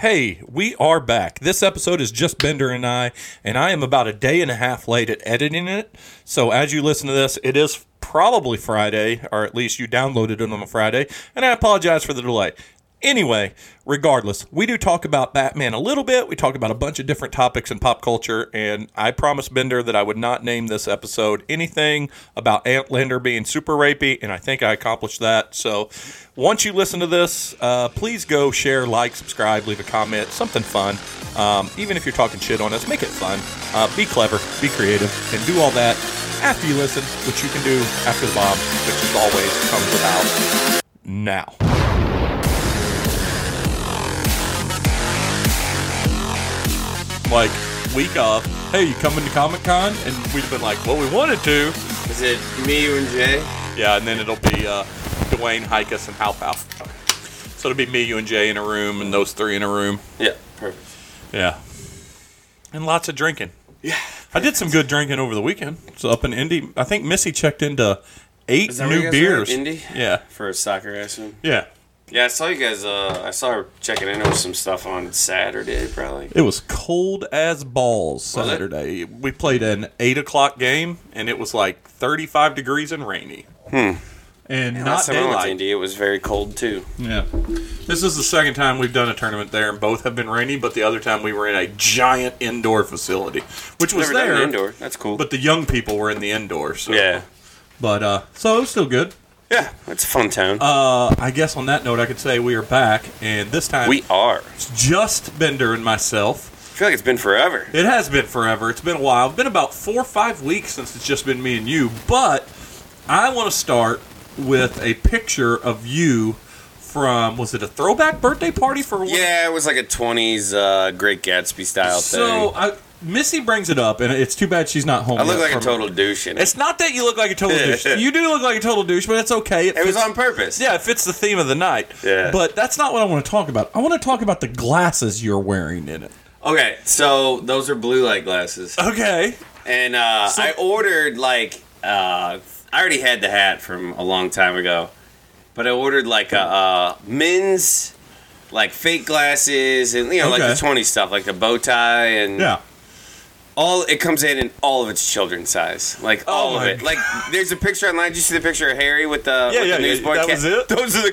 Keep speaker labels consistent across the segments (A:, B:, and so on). A: Hey, we are back. This episode is just Bender and I, and I am about a day and a half late at editing it. So as you listen to this, it is probably Friday, or at least you downloaded it on a Friday, and I apologize for the delay. Anyway, regardless, we do talk about Batman a little bit. We talk about a bunch of different topics in pop culture, and I promised Bender that I would not name this episode anything about Antlander being super rapey, and I think I accomplished that. So once you listen to this, uh, please go share, like, subscribe, leave a comment, something fun. Um, even if you're talking shit on us, make it fun. Uh, be clever, be creative, and do all that after you listen, which you can do after the bomb, which as always comes about now. like week of, hey, you coming to Comic Con? And we'd have been like, well, we wanted to.
B: Is it me, you, and Jay?
A: Yeah, and then it'll be uh, Dwayne, Hikus, and Half Half. So it'll be me, you, and Jay in a room, and those three in a room.
B: Yeah, perfect.
A: Yeah. And lots of drinking.
B: Yeah.
A: I did some good drinking over the weekend. So up in Indy, I think Missy checked into eight
B: Is that where you
A: new
B: guys were at,
A: beers.
B: Indy?
A: Yeah.
B: For soccer, I assume.
A: Yeah.
B: Yeah, I saw you guys. Uh, I saw her checking in with some stuff on Saturday, probably.
A: It was cold as balls
B: Was it?
A: Saturday. We played an eight o'clock game, and it was like thirty-five degrees and rainy. Hmm. And not
B: Last time I went to
A: daylight.
B: Indy, it was very cold too.
A: Yeah. This is the second time we've done a tournament there, and both have been rainy, but the other time we were in a giant indoor facility, which was
B: Never
A: there.
B: done an indoor. That's cool.
A: But the young people were in the indoor. So.
B: yeah,
A: But, uh, so it was still good.
B: yeah, it's a fun town.
A: Uh, I guess on that note, I could say we are back, and this time
B: we are.
A: it's just Bender and myself.
B: I feel like it's been forever.
A: It has been forever. It's been a while. It's been about four or five weeks since it's just been me and you, but I want to start with a picture of you from, was it a throwback birthday party for one?
B: Yeah, it was like a '20s uh, Great Gatsby style
A: So uh,
B: thing.
A: I, Missy brings it up, and it's too bad she's not home.
B: I look
A: yet
B: like a
A: from-
B: total douche in it.
A: It's not that you look like a total douche. You do look like a total douche, but that's okay.
B: It was
A: fits-
B: on purpose.
A: Yeah, it fits the theme of the night.
B: Yeah.
A: But that's not what I want to talk about. I want to talk about the glasses you're wearing in it.
B: Okay, so those are blue light glasses.
A: Okay.
B: And uh, I ordered like uh, I already had the hat from a long time ago, but I ordered like a uh, men's like fake glasses and you know like
A: Okay.
B: the twenty stuff, like the bow tie and
A: Yeah.
B: all. It comes in in all of its children's size, like all of
A: Oh my
B: it. Like there's a picture online. Did you see the picture of Harry with the,
A: Yeah,
B: with
A: yeah,
B: the
A: yeah,
B: newsboy?
A: that
B: cap?
A: was it?
B: Those are the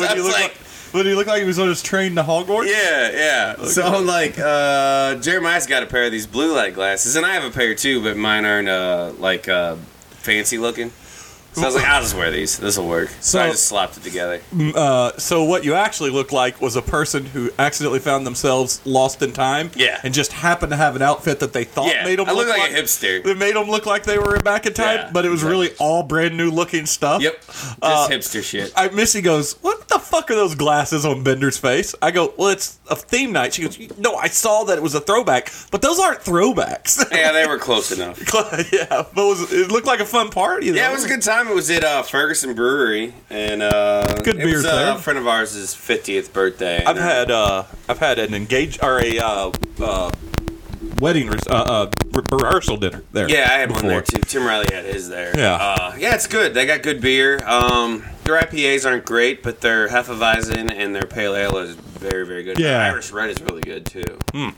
A: Okay. When
B: I
A: you
B: was
A: look
B: like,
A: like, when you look like he was on his train to Hogwarts.
B: yeah, yeah. So I'm like, uh, Jeremiah's got a pair of these blue light glasses, and I have a pair too, but mine aren't uh, like uh, fancy looking. So I was like, I'll just wear these. This will work. So, I
A: So-
B: just slapped it together.
A: Uh, so what you actually looked like was a person who accidentally found themselves lost in time.
B: Yeah.
A: And just happened to have an outfit that they thought
B: Yeah,
A: made them
B: I
A: look
B: look like a hipster.
A: It made them look like they were back in time,
B: Yeah,
A: but it was
B: exactly.
A: really all brand new looking stuff.
B: Yep, just hipster shit.
A: I, Missy goes, "What the fuck are those glasses on Bender's face?" I go, "Well, it's a theme night." She goes, "No, I saw that it was a throwback, but those aren't throwbacks."
B: yeah, they were close enough.
A: yeah, but it, was, it looked like a fun party. Though.
B: Yeah, it was a good time. It was at uh, Ferguson Brewery, and uh,
A: Good
B: it was,
A: beers there.
B: uh, a friend of ours' 50th birthday.
A: I've
B: and, uh,
A: had uh, I've had an engage or a uh, uh, wedding re- uh, uh, re- rehearsal dinner there.
B: Yeah, I had one
A: before.
B: there too. Tim Riley had his there.
A: Yeah.
B: Uh, yeah, it's good. They got good beer. Um, their IPAs aren't great, but their Hefeweizen and their Pale Ale is very, very good.
A: Yeah.
B: Their Irish Red is really good too. Hmm.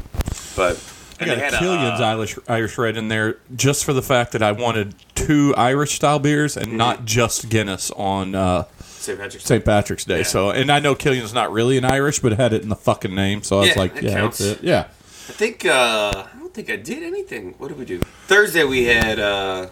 B: But
A: I got
B: and they
A: a
B: had
A: Killian's
B: uh,
A: Irish Irish Red in there just for the fact that I wanted two Irish style beers
B: Mm-hmm.
A: and not just Guinness on uh,
B: St. Patrick's.
A: St. Patrick's Day. So, and I know Killian's not really an Irish, but it had it in the fucking name. So I was
B: Yeah,
A: like,
B: that
A: yeah,
B: counts.
A: that's it. Yeah.
B: I think uh, I don't think I did anything. What did we do? Thursday we had uh,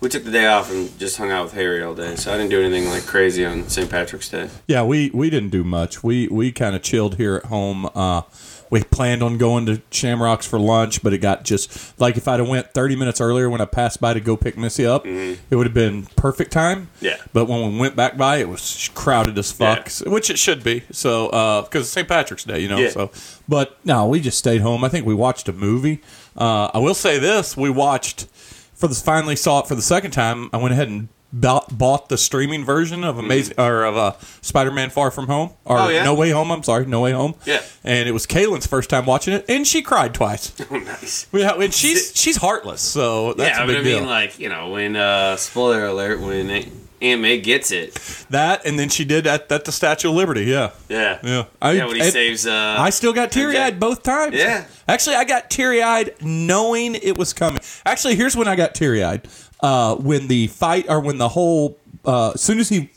B: we took the day off and just hung out with Harry all day, so I didn't do anything like crazy on St. Patrick's Day.
A: Yeah, we we didn't do much. We we kind of chilled here at home. Uh, we planned on going to Shamrocks for lunch, but it got just like if I'd have went thirty minutes earlier when I passed by to go pick Missy up, it would have been perfect time.
B: Mm-hmm. Yeah.
A: But when we went back by, it was crowded as fuck,
B: Yeah.
A: s- which it should be. So because it's St. Patrick's Day, you know.
B: Yeah.
A: So, but no, we just stayed home. I think we watched a movie. Uh, I will say this: we watched for the finally saw it for the second time. I went ahead and bought, bought the streaming version of Amazing or of uh, Spider-Man: Far From Home or
B: Mm-hmm. Oh, yeah?
A: No Way Home. I'm sorry, No Way Home.
B: Yeah.
A: and it was Kaylin's first time watching it, and she cried twice.
B: Oh, nice.
A: yeah, and she's she's heartless, so that's
B: yeah,
A: a
B: but
A: big
B: I mean,
A: deal.
B: like you know, when uh, spoiler alert, when Aunt May gets it.
A: That and then she did at, at the Statue of Liberty. Yeah,
B: Yeah.
A: yeah. I,
B: Yeah, when he
A: I-
B: saves. Uh,
A: I still got teary eyed both times.
B: Yeah.
A: Actually, I got teary eyed knowing it was coming. Actually, here's when I got teary eyed. Uh, when the fight, or when the whole, uh, as soon as he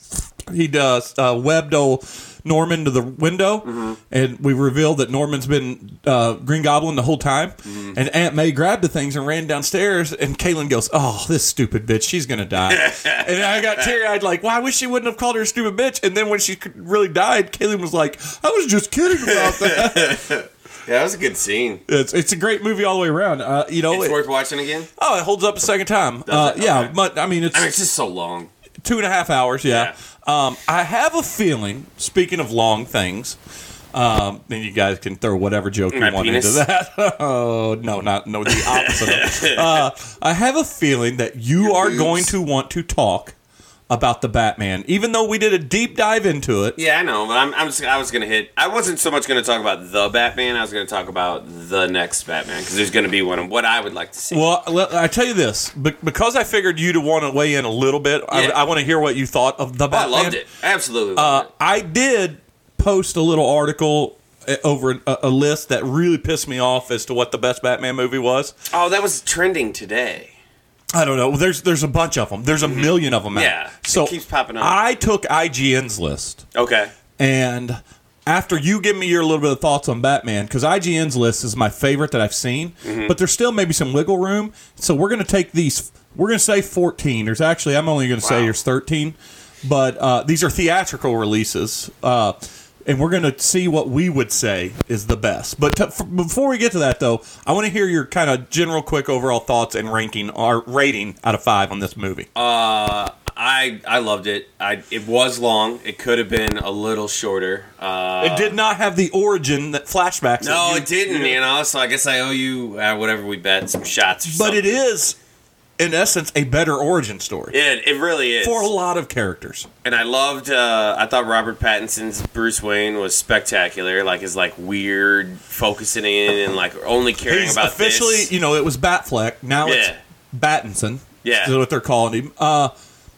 A: he does uh, webbed old Norman to the window, and we revealed that Norman's been uh, Green Goblin the whole time, and Aunt May grabbed the things and ran downstairs, and Caitlin goes, "Oh, this stupid bitch, she's gonna die," and I got teary eyed like, "Well, I wish she wouldn't have called her a stupid bitch," and then when she really died, Caitlin was like, "I was just kidding about that."
B: yeah, that was a good scene.
A: It's, it's a great movie all the way around. Uh, you know,
B: It's
A: it,
B: worth watching again.
A: oh, it holds up a second time. Uh,
B: it?
A: yeah,
B: Okay.
A: but I mean, it's
B: I mean, it's just so long.
A: two and a half hours. Yeah. Um, I have a feeling. Speaking of long things, um, then you guys can throw whatever joke
B: My
A: you want
B: penis?
A: into that. oh no, not no, the opposite. of- uh, I have a feeling that you are
B: boobs.
A: going to want to talk about the Batman, even though we did a deep dive into it.
B: Yeah, I know, but I'm, I'm just, I was gonna hit. I wasn't so much gonna talk about the Batman. I was gonna talk about the next Batman because there's gonna be one. of What I would like to see.
A: Well, let- I tell you this, be- because I figured you'd want to weigh in a little bit. I,
B: Yeah. Oh,
A: I want to hear what you thought of the
B: I
A: Batman.
B: loved it. Absolutely.
A: Uh,
B: Loved
A: I did post a little article uh, over a, a list that really pissed me off as to what the best Batman movie was.
B: it. Oh, that was trending today.
A: I don't know. There's there's a bunch of them. There's a million of them. Out.
B: Mm-hmm. Yeah, it
A: so
B: keeps popping up.
A: I took IGN's list,
B: Okay.
A: and after you give me your little bit of thoughts on Batman, because IGN's list is my favorite that I've seen,
B: Mm-hmm.
A: but there's still maybe some wiggle room. So we're gonna take these. We're gonna say 14. There's actually I'm only gonna say
B: Wow.
A: there's 13, but uh, these are theatrical releases. Uh, and we're going to see what we would say is the best. But to, f- before we get to that, though, I want to hear your kind of general, quick overall thoughts and ranking or rating out of five on this movie.
B: Uh, I I loved it. I it was long. It could have been a little shorter. Uh,
A: it did not have the origin that flashbacks. that
B: no,
A: you-
B: it didn't. You know, so I guess I owe you uh, whatever we bet some shots. Or
A: But
B: something.
A: it is, in essence, a better origin story
B: It, it really is.
A: for a lot of characters.
B: and I loved. Uh, I thought Robert Pattinson's Bruce Wayne was spectacular. Like his like weird focusing in and like only caring
A: He's
B: about
A: officially,
B: this.
A: you know, it was Batfleck. Now it's
B: Yeah.
A: Battinson.
B: Yeah.
A: is what they're calling him. Uh,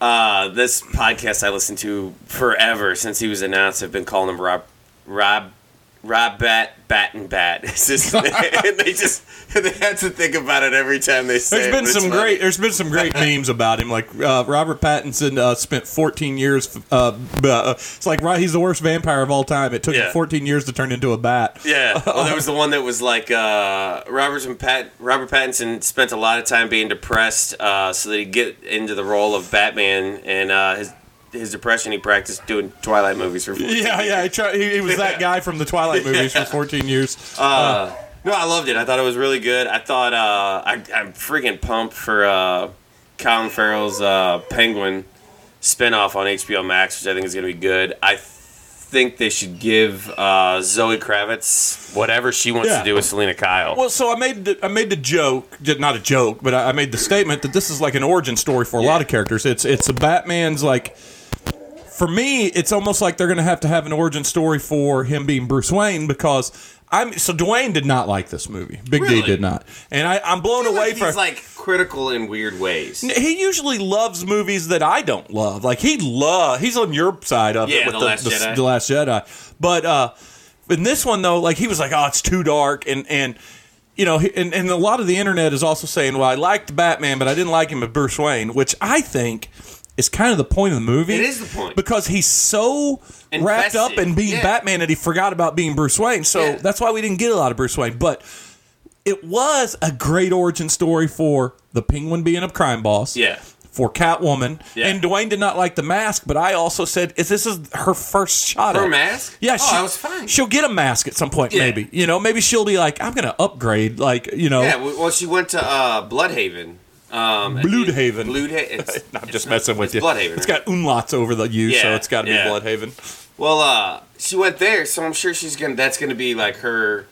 B: Uh, this podcast I listened to forever since he was announced. I've been calling him Rob, Rob, Rob Bat, Bat and Bat. It's just and they just they had to think about it every time they say.
A: There's
B: it,
A: been
B: but it's
A: some
B: funny.
A: great. There's been some great memes about him. Like uh, Robert Pattinson uh, spent 14 years. Uh, b- uh, it's like right, he's the worst vampire of all time. It took him
B: Yeah.
A: 14 years to turn into a bat.
B: Yeah, well, there was the one that was like uh, Robert and Pat. Robert Pattinson spent a lot of time being depressed, uh, so that he get into the role of Batman, and uh, his his depression he practiced doing Twilight movies for. 14
A: Yeah, yeah. He, tried, he, he was that guy from the Twilight movies for 14 years.
B: Uh, no, I loved it. I thought it was really good. I thought uh, I, I'm freaking pumped for uh, Colin Farrell's uh, Penguin spinoff on HBO Max, which I think is going to be good. I think they should give uh, Zoe Kravitz whatever she wants
A: Yeah.
B: to do with Selena Kyle.
A: Well, so I made the, I made the joke, j- not a joke, but I I made the statement that this is like an origin story for a lot of characters. It's it's a Batman's like. For me, it's almost like they're going to have to have an origin story for him being Bruce Wayne because I'm so Dwayne did not like this movie. Big D
B: Really?
A: did not, and I, I'm blown away
B: he's
A: for.
B: like critical in weird ways.
A: he usually loves movies that I don't love. Like he love he's on your side of it
B: Yeah,
A: with
B: The
A: the,
B: Last
A: the-
B: Jedi.
A: the Last Jedi. But uh, in this one though, like he was like, oh, it's too dark, and and you know, he- and and a lot of the internet is also saying, well, I liked Batman, but I didn't like him as Bruce Wayne, which I think. Is kind of the point of the movie.
B: It is the point.
A: because he's so wrapped up
B: Invested.
A: in being
B: Yeah.
A: Batman that he forgot about being Bruce Wayne. So
B: Yeah.
A: that's why we didn't get a lot of Bruce Wayne. But it was a great origin story for the Penguin being a crime boss.
B: Yeah.
A: For Catwoman.
B: Yeah.
A: And Dwayne did not like the mask, but I also said is this is her first shot.
B: Her
A: at it.
B: mask?
A: Yeah,
B: Oh, I was fine.
A: She'll get a mask at some point,
B: Yeah.
A: maybe. You know, maybe she'll be like, I'm gonna upgrade, like, you know.
B: Yeah, well, she went to uh, Bloodhaven. Um,
A: Bloodhaven.
B: Bloodhaven.
A: I'm just messing with
B: it's
A: you.
B: Bloodhaven,
A: It's got
B: right?
A: umlauts over the U, so
B: Yeah,
A: it's got to
B: yeah.
A: be Bloodhaven.
B: Well, uh, she went there, so I'm sure she's gonna. That's gonna be like her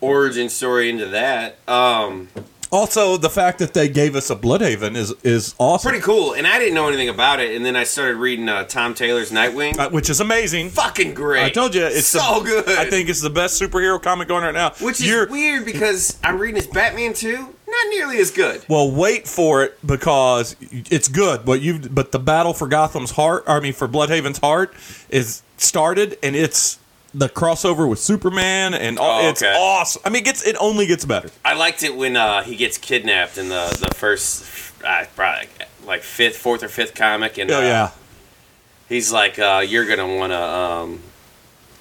B: origin story into that. Um,
A: Also, the fact that they gave us a Bloodhaven is is awesome,
B: pretty cool. And I didn't know anything about it, and then I started reading uh, Tom Taylor's Nightwing.
A: uh, which is amazing.
B: Fucking great!
A: I told you, it's
B: so
A: the-
B: good.
A: I think it's the best superhero comic going right now.
B: which is
A: You're-
B: weird because I'm reading his Batman too. Not not nearly as good.
A: Well, wait for it because it's good. But you, but the battle for Gotham's heart, I mean for Bloodhaven's heart, is started, and it's the crossover with Superman, and all,
B: Oh,
A: it's
B: okay.
A: awesome. I mean, it gets it only gets better.
B: I liked it when uh, he gets kidnapped in the the first, uh, probably like fifth, fourth or fifth comic, and
A: Oh
B: uh,
A: yeah,
B: he's like, uh, "You're gonna wanna, um,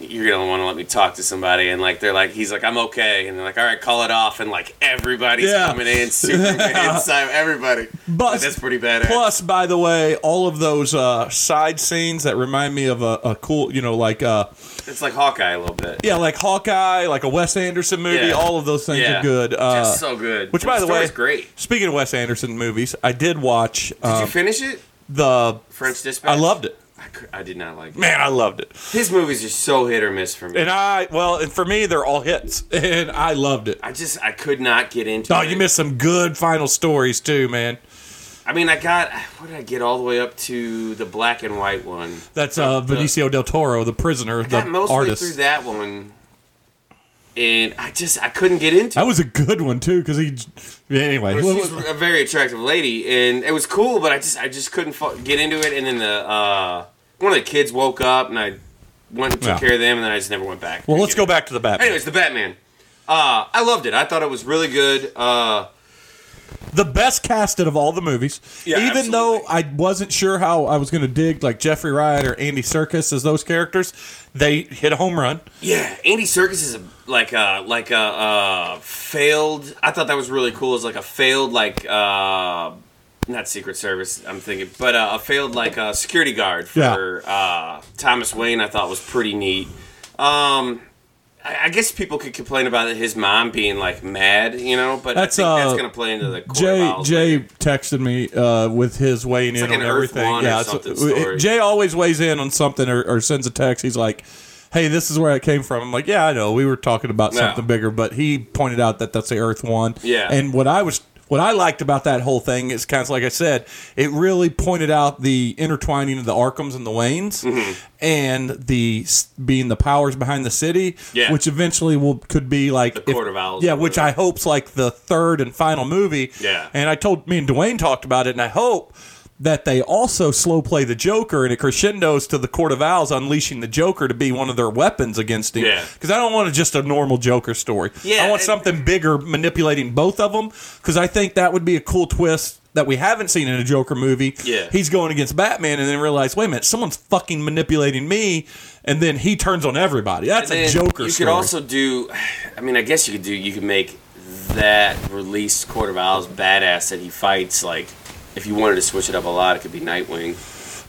B: you're gonna wanna let me talk to somebody," and like they're like, he's like, "I'm okay," and they're like, "All right, call it off," and like everybody's
A: Yeah.
B: coming in, Superman, Simon, everybody.
A: But-
B: Like, that's pretty badass.
A: Plus, by the way, all of those uh, side scenes that remind me of a, a cool, you know, like uh,
B: it's like Hawkeye a little bit.
A: yeah, like Hawkeye, like a Wes Anderson movie.
B: Yeah.
A: All of those things
B: Yeah.
A: are good. Uh,
B: Just so good.
A: which, by the way-
B: story's great.
A: speaking of Wes Anderson movies, I did watch
B: Did
A: um,
B: you finish it?
A: the.
B: French Dispatch.
A: I loved it.
B: I, cou- I did not like it.
A: Man, I loved it.
B: His movies are so hit or miss for me.
A: And I well, and for me, they're all hits, and I loved it.
B: I just I could not get into.
A: Oh,
B: it.
A: you missed some good final stories too, man.
B: I mean, I got what did I get all the way up to the black and white one.
A: That's uh, Benicio del Toro, the prisoner, the
B: got mostly through
A: artist.
B: that one, and I just I couldn't get into.
A: That
B: it.
A: was a good one too, because he. yeah, Anyway,
B: But
A: well,
B: She's a very attractive lady, and it was cool, but I just I just couldn't fu- get into it. And then the uh, one of the kids woke up, and I went and took
A: Yeah.
B: care of them, and then I just never went back.
A: well, let's
B: Couldn't
A: go back to the
B: get
A: Batman.
B: it. Anyways, the Batman. Uh, I loved it. I thought it was really good. Uh,
A: the best casted of all the movies.
B: Yeah,
A: Even
B: absolutely.
A: though I wasn't sure how I was going to dig like Jeffrey Wright or Andy Serkis as those characters, they hit a home run.
B: Yeah, Andy Circus is a, like a like a uh, failed. I thought that was really cool. Is like a failed like uh, not Secret Service. I'm thinking, but uh, a failed like uh, security guard for uh, Thomas Wayne. I thought was pretty neat. Um, I, I guess people could complain about his mom being like mad, you know, but
A: That's,
B: I think that's
A: uh,
B: gonna play into the core
A: Jay
B: vials
A: Jay
B: later.
A: texted me uh, with his weighing in
B: like
A: on
B: an Earth
A: everything.
B: One or
A: yeah,
B: something
A: it's-
B: story.
A: Jay always weighs in on something or, or sends a text. He's like, "Hey, this is where it came from." I'm like, "Yeah, I know. We were talking about
B: Yeah.
A: something bigger, but he pointed out that that's the Earth One."
B: Yeah.
A: and what I was. What I liked about that whole thing is kind of like I said, it really pointed out the intertwining of the Arkhams and the Waynes,
B: Mm-hmm.
A: and the s- being the powers behind the city,
B: Yeah.
A: which eventually will could be like
B: The Court of Owls
A: yeah,
B: or
A: which
B: whatever.
A: I I hope's like the third and final movie.
B: Yeah.
A: And I told me and Dwayne talked about it, and I hope that they also slow play the Joker and it crescendos to the Court of Owls unleashing the Joker to be one of their weapons against him.
B: Yeah.
A: Because I don't want just a normal Joker story.
B: Yeah,
A: I want
B: and-
A: something bigger manipulating both of them because I think that would be a cool twist. That we haven't seen in a Joker movie.
B: Yeah.
A: He's going against Batman and then realize, wait a minute, someone's fucking manipulating me. And then he turns on everybody. That's a
B: then
A: Joker
B: You
A: story.
B: could also do. I mean, I guess you could do. You could make that released Court of Owls badass that he fights. Like, if you wanted to switch it up a lot, it could be Nightwing.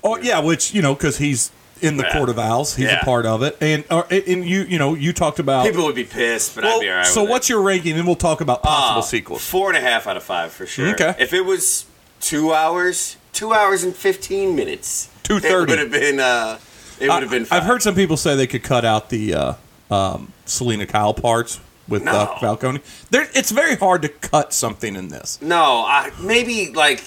A: Oh yeah, which you know because he's in the
B: Yeah.
A: court of owls, he's
B: Yeah.
A: a part of it, and or, and you you know you talked about.
B: People would be pissed, but
A: Well,
B: I'd be alright.
A: so
B: with
A: what's your ranking? Then we'll talk about
B: it.
A: possible
B: Uh,
A: sequels.
B: Four and a half out of five for sure.
A: Okay.
B: If it was two hours, two hours and fifteen minutes,
A: Two
B: It
A: thirty.
B: would have been. Uh, it would have been.
A: I,
B: Five.
A: have heard some people say they could cut out the uh, um, Selena Kyle parts with
B: No.
A: uh, Falcone. There, it's very hard to cut something in this.
B: No, I, maybe like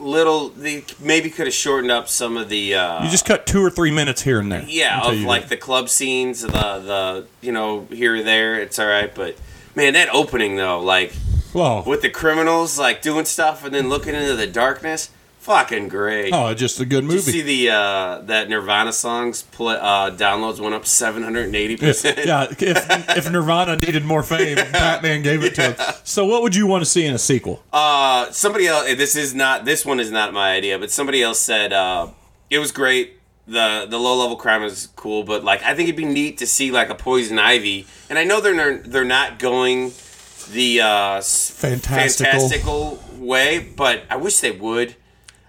B: little. They maybe could have shortened up some of the. Uh,
A: You just cut two or three minutes here and there.
B: Yeah,
A: until
B: of
A: you-
B: like the club scenes, the the you know here or there, it's all right. But man, that opening though, like
A: Whoa.
B: with the criminals like doing stuff and then looking into the darkness, fucking great.
A: Oh, it's just a good
B: Did you
A: movie.
B: see the uh, that Nirvana songs pl- uh, downloads went up seven hundred and eighty percent.
A: yeah, if, if Nirvana needed more fame, Batman gave it to him. So, what would you want to see in a sequel?
B: Uh, somebody else. This is not. This one is not my idea. But somebody else said uh, it was great. The the low level crime is cool, but like I think it'd be neat to see like a poison ivy. And I know they're ner- they're not going the uh, s-
A: Fantastical.
B: fantastical way, but I wish they would.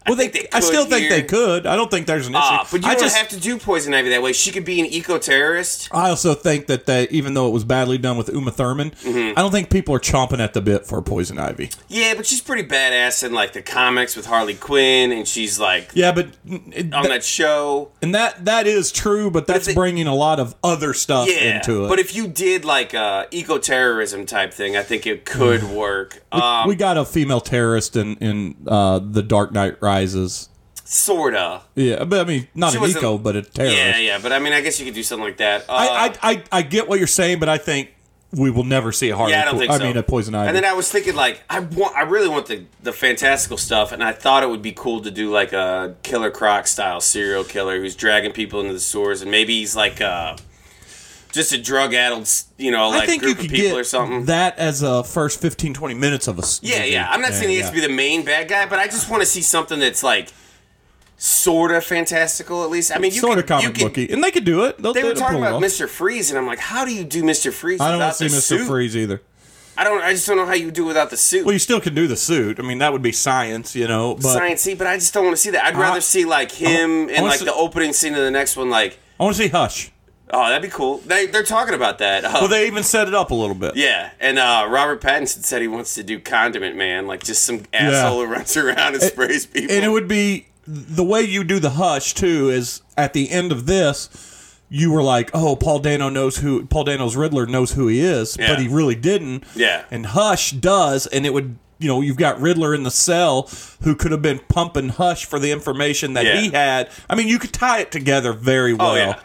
A: Well, they,
B: think they
A: I still
B: could
A: think they
B: here.
A: could. I don't think there's an issue.
B: Uh, but you
A: I
B: don't
A: just,
B: have to do poison ivy that way. She could be an eco terrorist.
A: I also think that they, even though it was badly done with Uma Thurman,
B: Mm-hmm.
A: I don't think people are chomping at the bit for Poison Ivy.
B: Yeah, but she's pretty badass in like the comics with Harley Quinn, and she's like
A: Yeah, but it,
B: on that show.
A: and that that is true, but that's
B: they-
A: bringing a lot of other stuff
B: yeah,
A: into it.
B: But if you did like a eco terrorism type thing, I think it could
A: Mm.
B: work. Um,
A: we got a female terrorist in in uh, the Dark Knight Rises.
B: sorta.
A: Yeah, but I mean, not
B: She
A: an
B: wasn't-
A: eco, but a terrorist.
B: Yeah, yeah. But I mean, I guess you could do something like that. Uh,
A: I, I, I, I get what you're saying, but I think we will never see a hard.
B: Yeah, I don't think so.
A: mean, a poison ivy.
B: And then I was thinking, like, I want, I really want the the fantastical stuff, and I thought it would be cool to do like a Killer Croc style serial killer who's dragging people into the sewers, and maybe he's like uh, just a drug addled, you know,
A: I
B: like
A: think you
B: group
A: could
B: of people
A: get
B: or something.
A: that as a first 15, 20 minutes of a. s-
B: yeah,
A: movie.
B: yeah. I'm not saying he has to be the main bad guy, but I just want to see something that's like sort of fantastical, at least. I mean, you
A: sort
B: could,
A: of comic
B: you could-
A: booky, and they could do it. They'll,
B: They were
A: they'll
B: talking
A: pull it
B: about
A: off.
B: Mr. Freeze, and I'm like, how do you do Mr. Freeze?
A: I don't
B: want to
A: see Mr. Freeze either.
B: I don't. I just don't know how you do without the suit.
A: Well, you still can do the suit. I mean, that would be science, you know. But
B: sciencey, but I just don't want to see that. I'd rather see like him in
A: wanna
B: like
A: see-
B: the opening scene of the next one. Like,
A: I want to see Hush.
B: oh, that'd be cool. They they're talking about that. Uh,
A: Well, they even set it up a little bit.
B: yeah, and uh, Robert Pattinson said he wants to do Condiment Man, like just some asshole who runs around and sprays people.
A: And it would be the way you do the hush too is at the end of this, you were like, "Oh, Paul Dano knows who Paul Dano's Riddler knows who he is,"
B: Yeah.
A: but he really didn't.
B: Yeah.
A: And Hush does, and it would. You know, you've got Riddler in the cell who could have been pumping Hush for the information that
B: Yeah. Oh,
A: he had. I mean, you could tie it together very well.
B: yeah.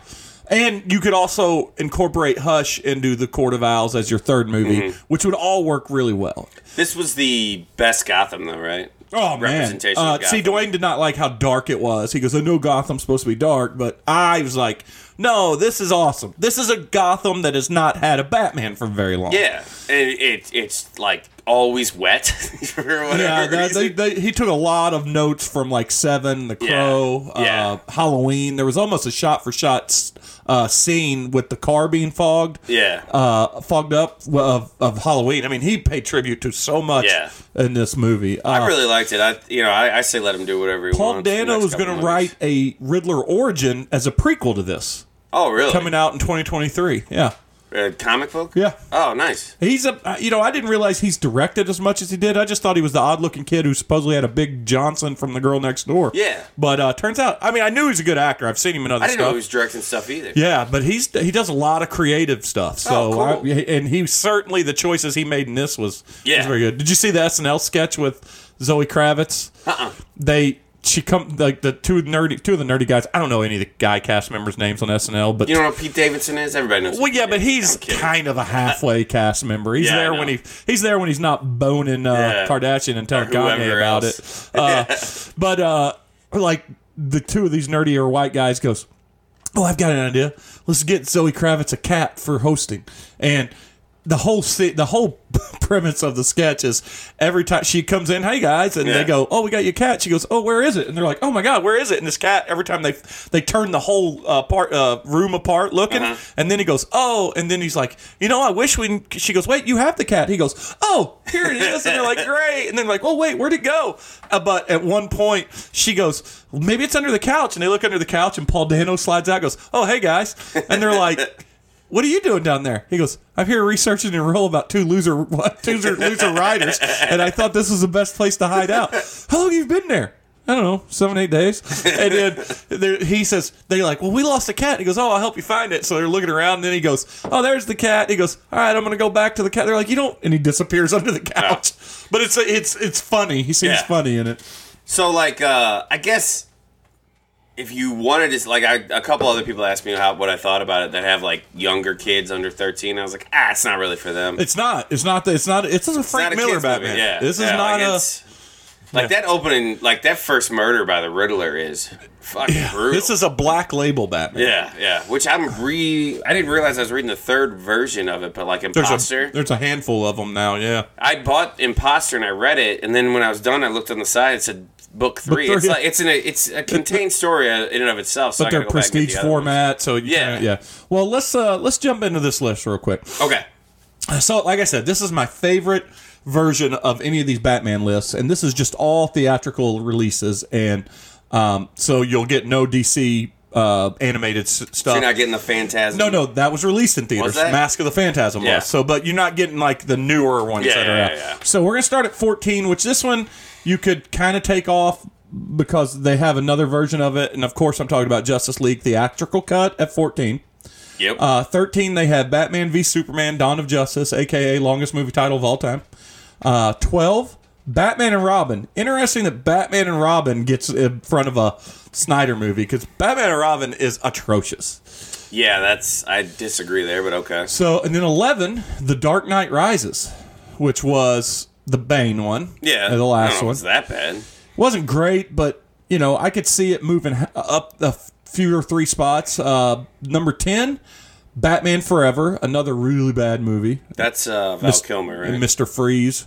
A: And you could also incorporate Hush into The Court of Owls as your third movie,
B: Mm-hmm.
A: which would all work really well.
B: this was the best Gotham, though, right?
A: Oh man!
B: Representation
A: Uh,
B: of
A: see,
B: Gotham.
A: Dwayne did not like how dark it was. He goes, "I know Gotham's supposed to be dark, but I was like, no, this is awesome. This is a Gotham that has not had a Batman for very long."
B: Yeah, and it it's like always wet for whatever
A: yeah. that-
B: reason.
A: they, they, he took a lot of notes from like Seven, The Crow,
B: Yeah.
A: Uh, Halloween. There was almost a shot-for-shot uh, scene with the car being fogged.
B: yeah,
A: Uh, fogged up of, of Halloween. I mean, he paid tribute to so much
B: Yeah.
A: in this movie. Uh,
B: I really liked it. I you know I, I say let him do whatever he
A: Paul
B: wants. for the
A: Dano
B: next
A: is going
B: couple
A: to
B: movies.
A: write a Riddler origin as a prequel to this,
B: Oh really?
A: coming out in 2023. Yeah,
B: Uh, comic book?
A: yeah.
B: Oh nice.
A: He's a uh, you know I didn't realize he's directed as much as he did. I just thought he was the odd looking kid who supposedly had a big Johnson from the girl next door.
B: Yeah.
A: but uh, turns out I mean I knew he's a good actor. I've seen him in other
B: I didn't
A: stuff.
B: know he was directing stuff either.
A: yeah, but he's he does a lot of creative stuff. So
B: Oh, cool.
A: I- and he certainly the choices he made in this was
B: Yeah.
A: was very good. Did you see the SNL sketch with Zoe Kravitz?
B: Uh-uh.
A: they she come like the two nerdy two of the nerdy guys. I don't know any of the guy cast members' names on SNL, but
B: You don't know what Pete Davidson is? Everybody knows.
A: well,
B: Pete
A: yeah, but
B: Davidson.
A: he's
B: I'm kidding.
A: kind of a halfway cast member. He's
B: Yeah, I
A: there
B: know.
A: when he he's there when he's not boning uh,
B: Yeah.
A: Kardashian and telling Kanye
B: whoever
A: about
B: else.
A: it. Uh, But uh, like the two of these nerdier white guys goes, "Oh, I've got an idea. Let's get Zoe Kravitz a cat for hosting." And the whole se- the whole premise of the sketch is every time she comes in, "Hey guys," and
B: Yeah.
A: they go, "Oh, we got your cat." She goes, "Oh, where is it?" And they're like, "Oh my god, where is it?" And this cat every time they they turn the whole uh, part uh, room apart looking, and then he goes, "Oh," and then he's like, "You know, I wish we." didn't-" She goes, "Wait, you have the cat." He goes, "Oh, here it is," and they're like, "Great," and then like, "Oh wait, where'd it go?" Uh, but at one point, she goes, well, "Maybe it's under the couch," and they look under the couch, and Paul Dano slides out, goes, "Oh hey guys," and they're like. What are you doing down there? He goes, I'm here researching a role about two loser, two loser- loser riders, and I thought this was the best place to hide out. How long have you been there? I don't know, seven, eight days. And then there, he says, they're like, well, we lost a cat. He goes, oh, I'll help you find it. So they're looking around, and then he goes, oh, there's the cat. He goes, all right, I'm going to go back to the cat. They're like, you don't, and he disappears under the couch. But it's it's it's funny. He seems
B: Yeah.
A: funny in it.
B: So like, uh, I guess if you wanted to, like, I, a couple other people asked me how what I thought about it that have like younger kids under thirteen. I was like, ah, it's not really for them.
A: It's not. It's not. the- It's not. It's a
B: It's
A: Frank
B: not a
A: Miller
B: kids
A: Batman.
B: Movie. Yeah,
A: This is
B: Yeah,
A: not
B: like,
A: a.
B: it's- Like that opening, like that first murder by the Riddler is fucking brutal.
A: This is a black label Batman.
B: yeah, yeah. Which I'm re. I didn't realize I was reading the third version of it, but like
A: There's
B: imposter.
A: a, there's a handful of them now, yeah.
B: I bought Imposter and I read it, and then when I was done, I looked on the side. It said Book Three.
A: three.
B: It's like it's in a it's a contained story in and of itself. So
A: But
B: I gotta
A: they're
B: go back and get
A: prestige
B: the other ones.
A: format, so you
B: Yeah.
A: can't- yeah. Well, let's uh, let's jump into this list real quick.
B: Okay.
A: So, like I said, this is my favorite version of any of these Batman lists, and this is just all theatrical releases, and um, so you'll get no DC uh, animated s-
B: So you're
A: stuff.
B: not getting the Phantasm.
A: no, no, that was released in theaters.
B: Was that?
A: Mask of the Phantasm
B: Yeah.
A: was. So, but you're not getting like the newer ones
B: Yeah,
A: that are
B: yeah,
A: out.
B: yeah, yeah.
A: So we're gonna start at 14, which this one you could kind of take off because they have another version of it, and of course I'm talking about Justice League theatrical cut at 14.
B: Yep.
A: Uh, 13, they had Batman v Superman: Dawn of Justice, aka longest movie title of all time. Uh, 12, Batman and Robin. Interesting that Batman and Robin gets in front of a Snyder movie because Batman and Robin is atrocious.
B: Yeah, that's I disagree there, but okay.
A: So, and then 11, The Dark Knight Rises, which was the Bane one.
B: Yeah, Oh.
A: The
B: I
A: last
B: don't know
A: one.
B: if it's that bad.
A: Wasn't great, but, you know, I could see it moving h- up a f- few or three spots. Uh, number 10, Batman Forever, another really bad movie.
B: That's uh, Val Kilmer, right?
A: And Mr. Freeze.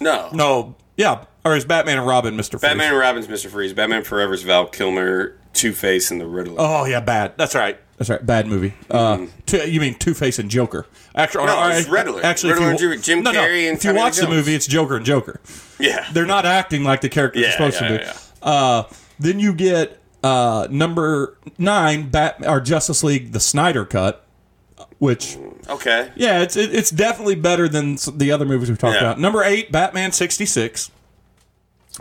B: no,
A: No, yeah. Or is Batman and Robin Mr. Freeze?
B: Batman and Robin's Mister Freeze. Batman Forever's Val Kilmer, Two Face, and the Riddler.
A: Oh, yeah, bad. That's right. That's right. Bad movie. Uh, two- you mean Two Face and Joker? Actually,
B: Mm-hmm. No,
A: or-
B: it's
A: or-
B: Riddler.
A: Actually, if
B: Riddler
A: you,
B: and Ju- Jim
A: no, no,
B: Carrey and
A: if you
B: Tommy Lee
A: watch the
B: Jones.
A: movie, it's Joker and Joker.
B: yeah,
A: They're not acting like the characters
B: Yeah,
A: are supposed
B: yeah,
A: to do. Uh, then you get uh, number nine, Bat or Justice League: The Snyder Cut, which
B: okay.
A: yeah, it's it, it's definitely better than s- the other movies we've talked
B: Yeah.
A: about. Number eight, Batman '66,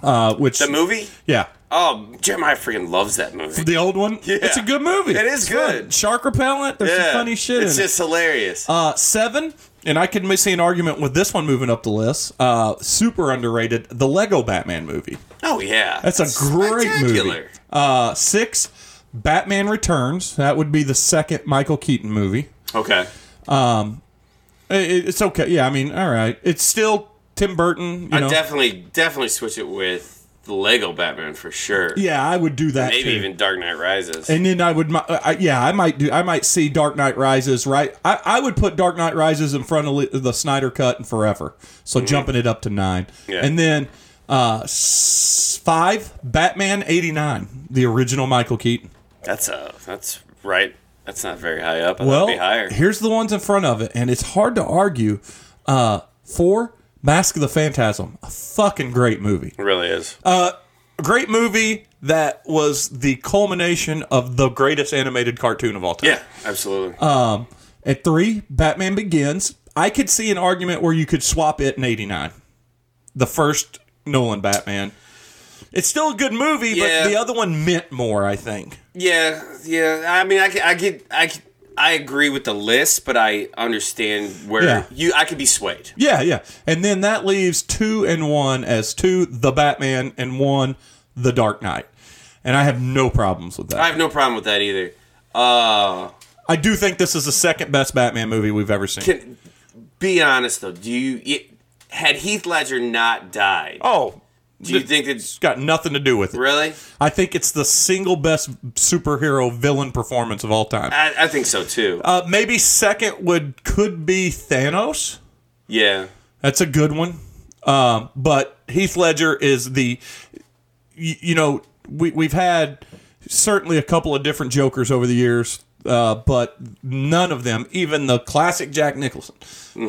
A: uh, which
B: The movie?
A: yeah,
B: Oh, Jeremiah freaking loves that movie.
A: the old one. It's a good movie.
B: It is
A: It's fun.
B: good.
A: Shark repellent. There's
B: Yeah.
A: some funny shit.
B: It's
A: in it.
B: just hilarious.
A: Uh, seven, and I can see an argument with this one moving up the list. Uh, super underrated, the Lego Batman movie.
B: oh yeah,
A: That's a great movie.
B: Spectacular.
A: Uh, six, Batman Returns. That would be the second Michael Keaton movie.
B: Okay.
A: It- it- it's okay. Yeah, I mean, all right. It's still Tim Burton. You know.
B: I definitely definitely switch it with the Lego Batman for sure.
A: yeah, I would do that.
B: Maybe
A: too.
B: even Dark Knight Rises.
A: And then I would, mi- uh, I, yeah, I might do. I might see Dark Knight Rises. Right, I, I would put Dark Knight Rises in front of li- the Snyder Cut and Forever. So jumping it up to nine,
B: Mm-hmm. Yeah.
A: and then uh, s- five Batman eighty nine, the original Michael Keaton.
B: that's a that's right. That's not very high up. I
A: Well,
B: well, be higher.
A: here's the ones in front of it, and it's hard to argue. Uh, four Mask of the Phantasm, a fucking great movie.
B: It really is.
A: Uh, A great movie that was the culmination of the greatest animated cartoon of all time.
B: yeah, absolutely.
A: At three, Batman Begins. I could see an argument where you could swap it in '89, the first Nolan Batman. It's still a good movie,
B: Yeah.
A: but the other one meant more. I think.
B: yeah, yeah. I mean, I can, I get I can, I agree with the list, but I understand where
A: Yeah.
B: you I could be swayed.
A: Yeah, yeah. And then that leaves two and one as two, the Batman, and one, the Dark Knight. And I have no problems with
B: I
A: that.
B: have no problem with that either. Uh,
A: I do think this is the second best Batman movie we've ever seen.
B: can be honest though. Do you it, had Heath Ledger not died?
A: oh,
B: do you think it's
A: it's got nothing to do with it.
B: really?
A: I think it's the single best superhero villain performance of all time.
B: I, I think so too.
A: Uh, maybe second would could be Thanos.
B: yeah.
A: That's a good one. Um, but Heath Ledger is the, you, you know, we, we've had certainly a couple of different Jokers over the years, uh, but none of them, even the classic Jack Nicholson,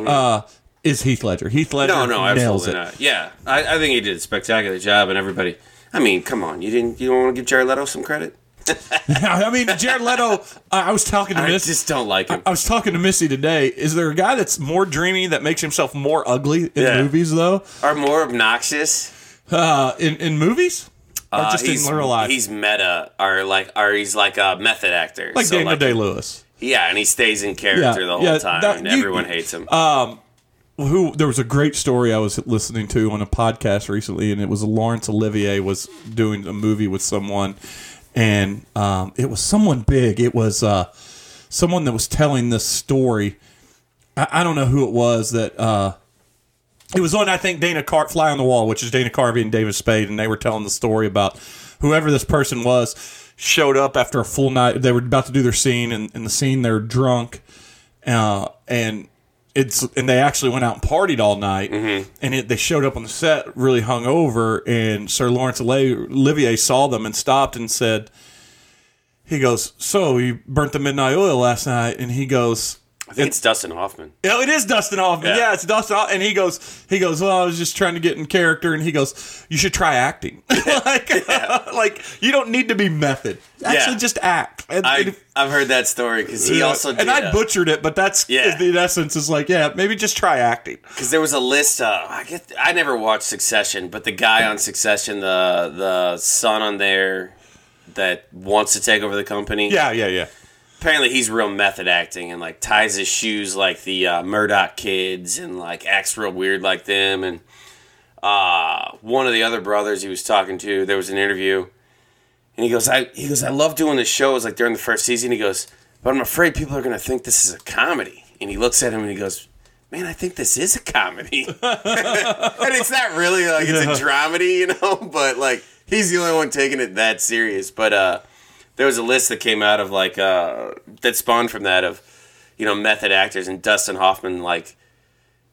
A: uh, is Heath Ledger. Heath Ledger
B: Mm-hmm. No, no,
A: nails
B: absolutely
A: it.
B: not. Yeah, I, I think he did a spectacular job, and everybody. I mean, come on, you didn't. You don't want to give Jared Leto some credit?
A: I mean, Jared Leto. I I was talking to
B: I
A: Miss.
B: just don't like him.
A: I was talking to Missy today. Is there a guy that's more dreamy that makes himself more ugly in
B: Yeah.
A: movies though?
B: Are more obnoxious.
A: Uh, in in movies, I just
B: Uh, he's,
A: didn't realize.
B: He's meta, or like, or he's like a method actor.
A: like
B: So,
A: Daniel Day Lewis.
B: Yeah, and he stays in character
A: Yeah,
B: the whole
A: yeah,
B: time,
A: that-
B: and
A: you- uh,
B: everyone hates him.
A: who there was a great story I was listening to on a podcast recently, and it was Laurence Olivier was doing a movie with someone, and um, it was someone big. It was uh, someone that was telling this story. I, I don't know who it was that. Uh, it was on, I think, Dana Car Fly on the Wall, which is Dana Carvey and David Spade, and they were telling the story about whoever this person was showed up after a full night. They were about to do their scene, and in the scene they're drunk, uh, and it's and they actually went out and partied all night,
B: Mm-hmm.
A: and it, they showed up on the set really hungover, and Sir Lawrence Oli- Olivier saw them and stopped and said, "He goes, so you burnt the midnight oil last night?" And he goes,
B: I think it's Dustin Hoffman.
A: Oh, it is Dustin Hoffman. Yeah,
B: Yeah.
A: it's Dustin. Hoff- And he goes, he goes. Well, I was just trying to get in character. And he goes, you should try acting. like, like you don't need to be method. Actually,
B: Yeah.
A: just act. And,
B: I
A: and-
B: I've heard that story because he also did
A: and I
B: a-
A: butchered it, but that's
B: Yeah.
A: the essence. Is like, yeah, maybe just try acting.
B: Because there was a list. Uh, I get. I never watched Succession, but the guy on Succession, the the son on there that wants to take over the company.
A: Yeah, yeah, yeah.
B: Apparently, he's real method acting and like ties his shoes like the uh, Murdoch kids and like acts real weird like them. And uh, one of the other brothers he was talking to, there was an interview, and he goes, "I he goes, I love doing this show." It was like during the first season. He goes, but I'm afraid people are going to think this is a comedy. And he looks at him and he goes, Man, I think this is a comedy. and it's not really like it's a dramedy, you know, but like he's the only one taking it that serious. But uh, there was a list that came out of like, uh, that spawned from that of, you know, method actors and Dustin Hoffman, like,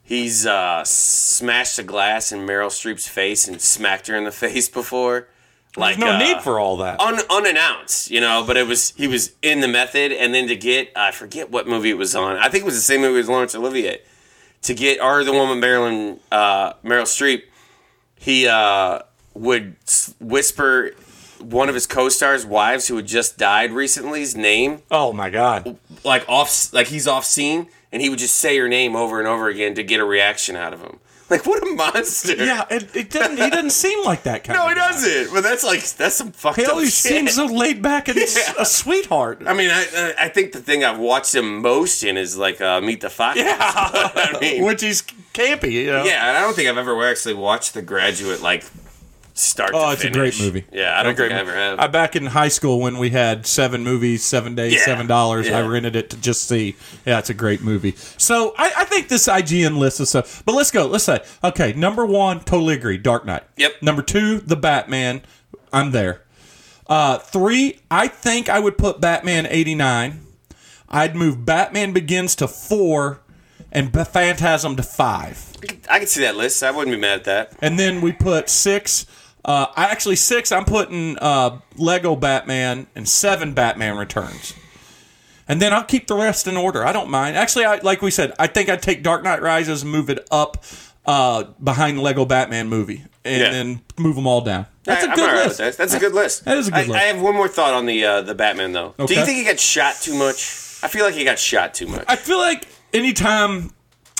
B: he's uh, smashed a glass in Meryl Streep's face and smacked her in the face before. Like,
A: There's no
B: uh,
A: need for all that.
B: un, unannounced, you know, but it was he was in the method, and then to get I forget what movie it was on. I think it was the same movie as Lawrence Olivier. To get or the one with Marilyn uh, Meryl Streep, he uh, would s- whisper one of his co-stars' wives who had just died recently's name,
A: oh my god.
B: like off, like he's off scene, and he would just say her name over and over again to get a reaction out of him. Like what a monster!
A: Yeah, it, it doesn't. He doesn't seem like that kind.
B: no,
A: of
B: he
A: guy.
B: doesn't. But that's like that's some fucked
A: He
B: up
A: always
B: shit.
A: seems so laid back and s-
B: Yeah.
A: a sweetheart.
B: I mean, I I I think the thing I've watched him most in is like uh, Meet the Fockers. Yeah, I mean,
A: Which he's campy, you know?
B: yeah, and I don't think I've ever actually watched The Graduate like start.
A: Oh,
B: to
A: it's a
B: finish.
A: great movie.
B: Yeah, I don't
A: Great
B: think I ever
A: movie.
B: have.
A: I- back in high school when we had seven movies, seven days,
B: Yeah.
A: seven dollars. I
B: Yeah.
A: rented it to just see. Yeah, it's a great movie. So I, I think this IGN list is stuff. But let's go. Let's say okay. Number one, totally agree. Dark Knight.
B: Yep.
A: Number two, The Batman. I'm there. Uh, three, I think I would put Batman '89. I'd move Batman Begins to four, and Ba- Phantasm to five.
B: I could see that list. I wouldn't be mad at that.
A: And then we put six. Uh, I actually six. I'm putting uh, Lego Batman and seven Batman Returns. And then I'll keep the rest in order. I don't mind. Actually, I, like we said, I think I'd take Dark Knight Rises and move it up uh, behind Lego Batman movie, and
B: Yeah.
A: then move them all down. That's
B: I-
A: a
B: I'm
A: good
B: all right
A: list.
B: with that. That's a good list.
A: That is a good
B: I,
A: list.
B: I have one more thought on the uh, the Batman though. Do
A: Okay.
B: you think he got shot too much? I feel like he got shot too much.
A: I feel like anytime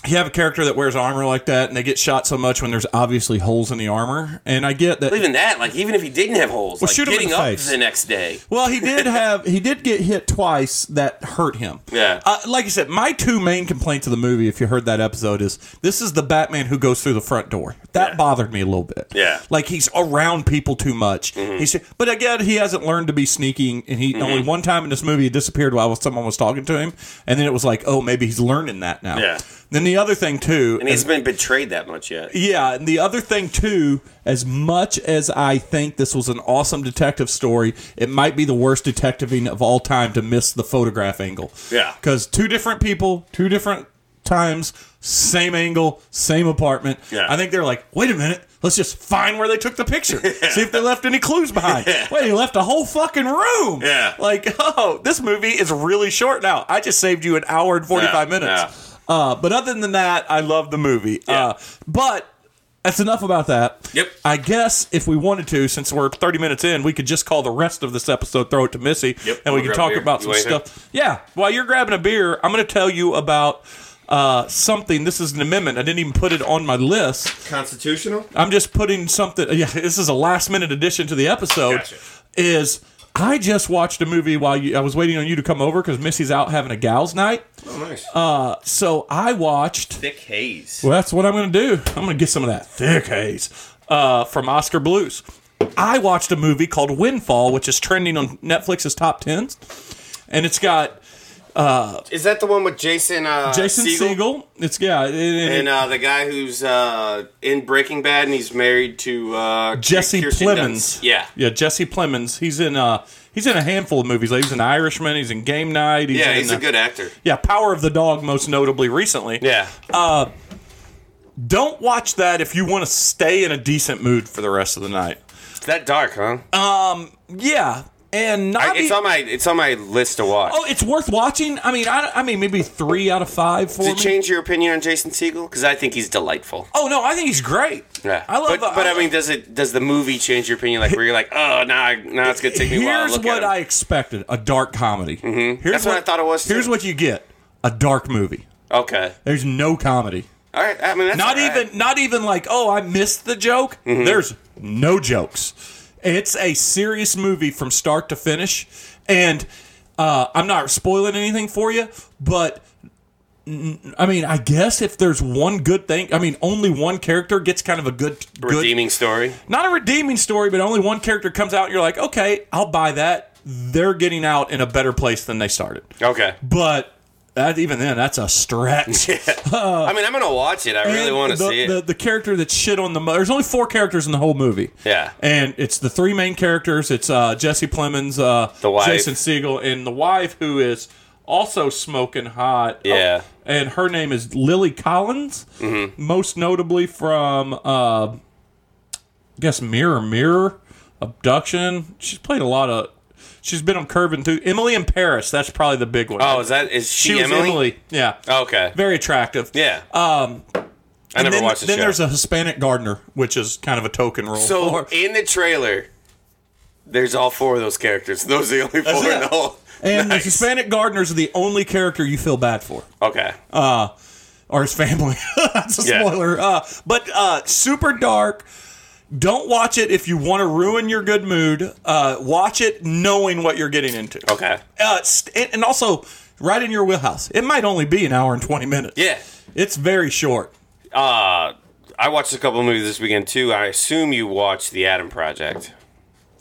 A: you have a character that wears armor like that, and they get shot so much when there's obviously holes in the armor, and I get that
B: even that, like, even if he didn't have holes, like
A: shoot him in
B: getting
A: the
B: up
A: face.
B: the next day.
A: Well, he did have he did get hit twice that hurt him.
B: Yeah.
A: Uh, like I said, my two main complaints of the movie, if you heard that episode, is this is the Batman who goes through the front door. That
B: Yeah.
A: bothered me a little bit.
B: Yeah. Mm-hmm.
A: Like he's around people too much. He's but again, he hasn't learned to be sneaky. And he only one time in this movie he disappeared while someone was talking to him, and then it was like, oh, maybe he's learning that now.
B: Yeah.
A: Then the other thing too,
B: And he hasn't been betrayed that much yet.
A: yeah, and the other thing too, as much as I think this was an awesome detective story, it might be the worst detectiving of all time to miss the photograph angle.
B: Yeah.
A: Because two different people, two different times, same angle, same apartment.
B: Yeah.
A: I think they're like, wait a minute, let's just find where they took the picture. See if they left any clues behind. Wait, he left a whole fucking room.
B: Yeah.
A: Like, oh, this movie is really short now. I just saved you an hour and 45
B: Yeah,
A: minutes.
B: yeah.
A: Uh, but other than that, I love the movie. Uh, but that's enough about that.
B: Yep.
A: I guess if we wanted to, since we're 30 minutes in, we could just call the rest of this episode, throw it to Missy,
B: Yep,
A: and we
B: we'll
A: can
B: grab a
A: talk
B: beer.
A: about
B: You
A: some
B: want anything?
A: stuff. Yeah. While you're grabbing a beer, I'm going to tell you about uh, something. This is an amendment. I didn't even put it on my list.
B: Constitutional?
A: I'm just putting something. Yeah, this is a last minute addition to the episode.
B: Gotcha.
A: Is I just watched a movie while you, I was waiting on you to come over because Missy's out having a gals night.
B: Oh, nice.
A: Uh, So I watched.
B: Thick haze.
A: Well, that's what I'm going to do. I'm going to get some of that thick haze uh, from Oscar Blues. I watched a movie called Windfall, which is trending on Netflix's top tens, and it's got
B: Is that the one with Jason? Uh,
A: Jason
B: Segel?
A: Segel. It's yeah, it- it-
B: and uh, the guy who's uh, in Breaking Bad and he's married to uh,
A: Jesse
B: Kirsten
A: Plemons.
B: Dunst. Yeah,
A: yeah, Jesse Plemons. He's in uh he's in a handful of movies. Like, he's an Irishman. He's in Game Night. He's
B: yeah,
A: in,
B: he's a
A: uh,
B: good actor.
A: yeah Power of the Dog, most notably recently.
B: Yeah,
A: Don't watch that if you want to stay in a decent mood for the rest of the night.
B: it's that dark, huh?
A: Uh, Yeah, and not e-
B: I, it's
A: be-
B: on my it's on my list to watch.
A: oh, it's worth watching. I mean, I, I mean maybe three out of five for
B: Does it
A: me.
B: change your opinion on Jason Segel? Because I think he's delightful.
A: Oh no, I think he's great.
B: Yeah,
A: I love.
B: But, but I
A: love-
B: mean, does it does the movie change your opinion? Like where you're like, oh, now now it's gonna take me a while to
A: Here's
B: look
A: what
B: at him.
A: I expected: a dark comedy. Mm-hmm. Here's
B: That's what I thought it was, too.
A: Here's what you get: a dark movie.
B: okay,
A: There's no comedy.
B: all right. I mean, that's
A: not
B: all right. Mm-hmm.
A: even not even like oh i missed the joke there's no jokes it's a serious movie from start to finish and uh, i'm not spoiling anything for you but n- i mean i guess if there's one good thing i mean only one character gets kind of a good good
B: redeeming story.
A: not a redeeming story but only one character comes out and you're like okay i'll buy that they're getting out in a better place than they started.
B: Okay.
A: But that even then, that's a stretch.
B: I mean, I'm gonna watch it. I really
A: Uh, And
B: want to
A: the,
B: see it.
A: The, the character that shit on the mo- there's only four characters in the whole movie.
B: Yeah.
A: and it's the three main characters. It's uh, Jesse Plemons, uh,
B: The wife.
A: Jason Siegel, and the wife who is also smoking hot.
B: Yeah. Mm-hmm.
A: Oh, and her name is Lily Collins, most notably from uh, I guess Mirror Mirror, Abduction. She's played a lot of. She's been on Curb and through Emily in Paris. That's probably the big one.
B: oh, is that is she,
A: she was
B: Emily?
A: Emily. Yeah,
B: Okay.
A: very attractive.
B: Yeah. Um, I never
A: then,
B: watched the
A: then
B: show.
A: there's a Hispanic gardener, which is kind of a token role.
B: so
A: for-
B: in the trailer, there's all four of those characters. Those are the only four in
A: it.
B: the whole.
A: and
B: Nice.
A: the Hispanic gardeners are the only character you feel bad for,
B: Okay.
A: Oh. or his family. That's a
B: Yeah.
A: spoiler. Uh, but uh, super dark. Don't watch it if you want to ruin your good mood. Uh, watch it knowing what you're getting into.
B: okay.
A: Uh, st- and- and also, right in your wheelhouse. It might only be an hour and twenty minutes.
B: Yeah.
A: it's very short.
B: Uh, I watched a couple movies this weekend too. I assume you watched The Adam Project.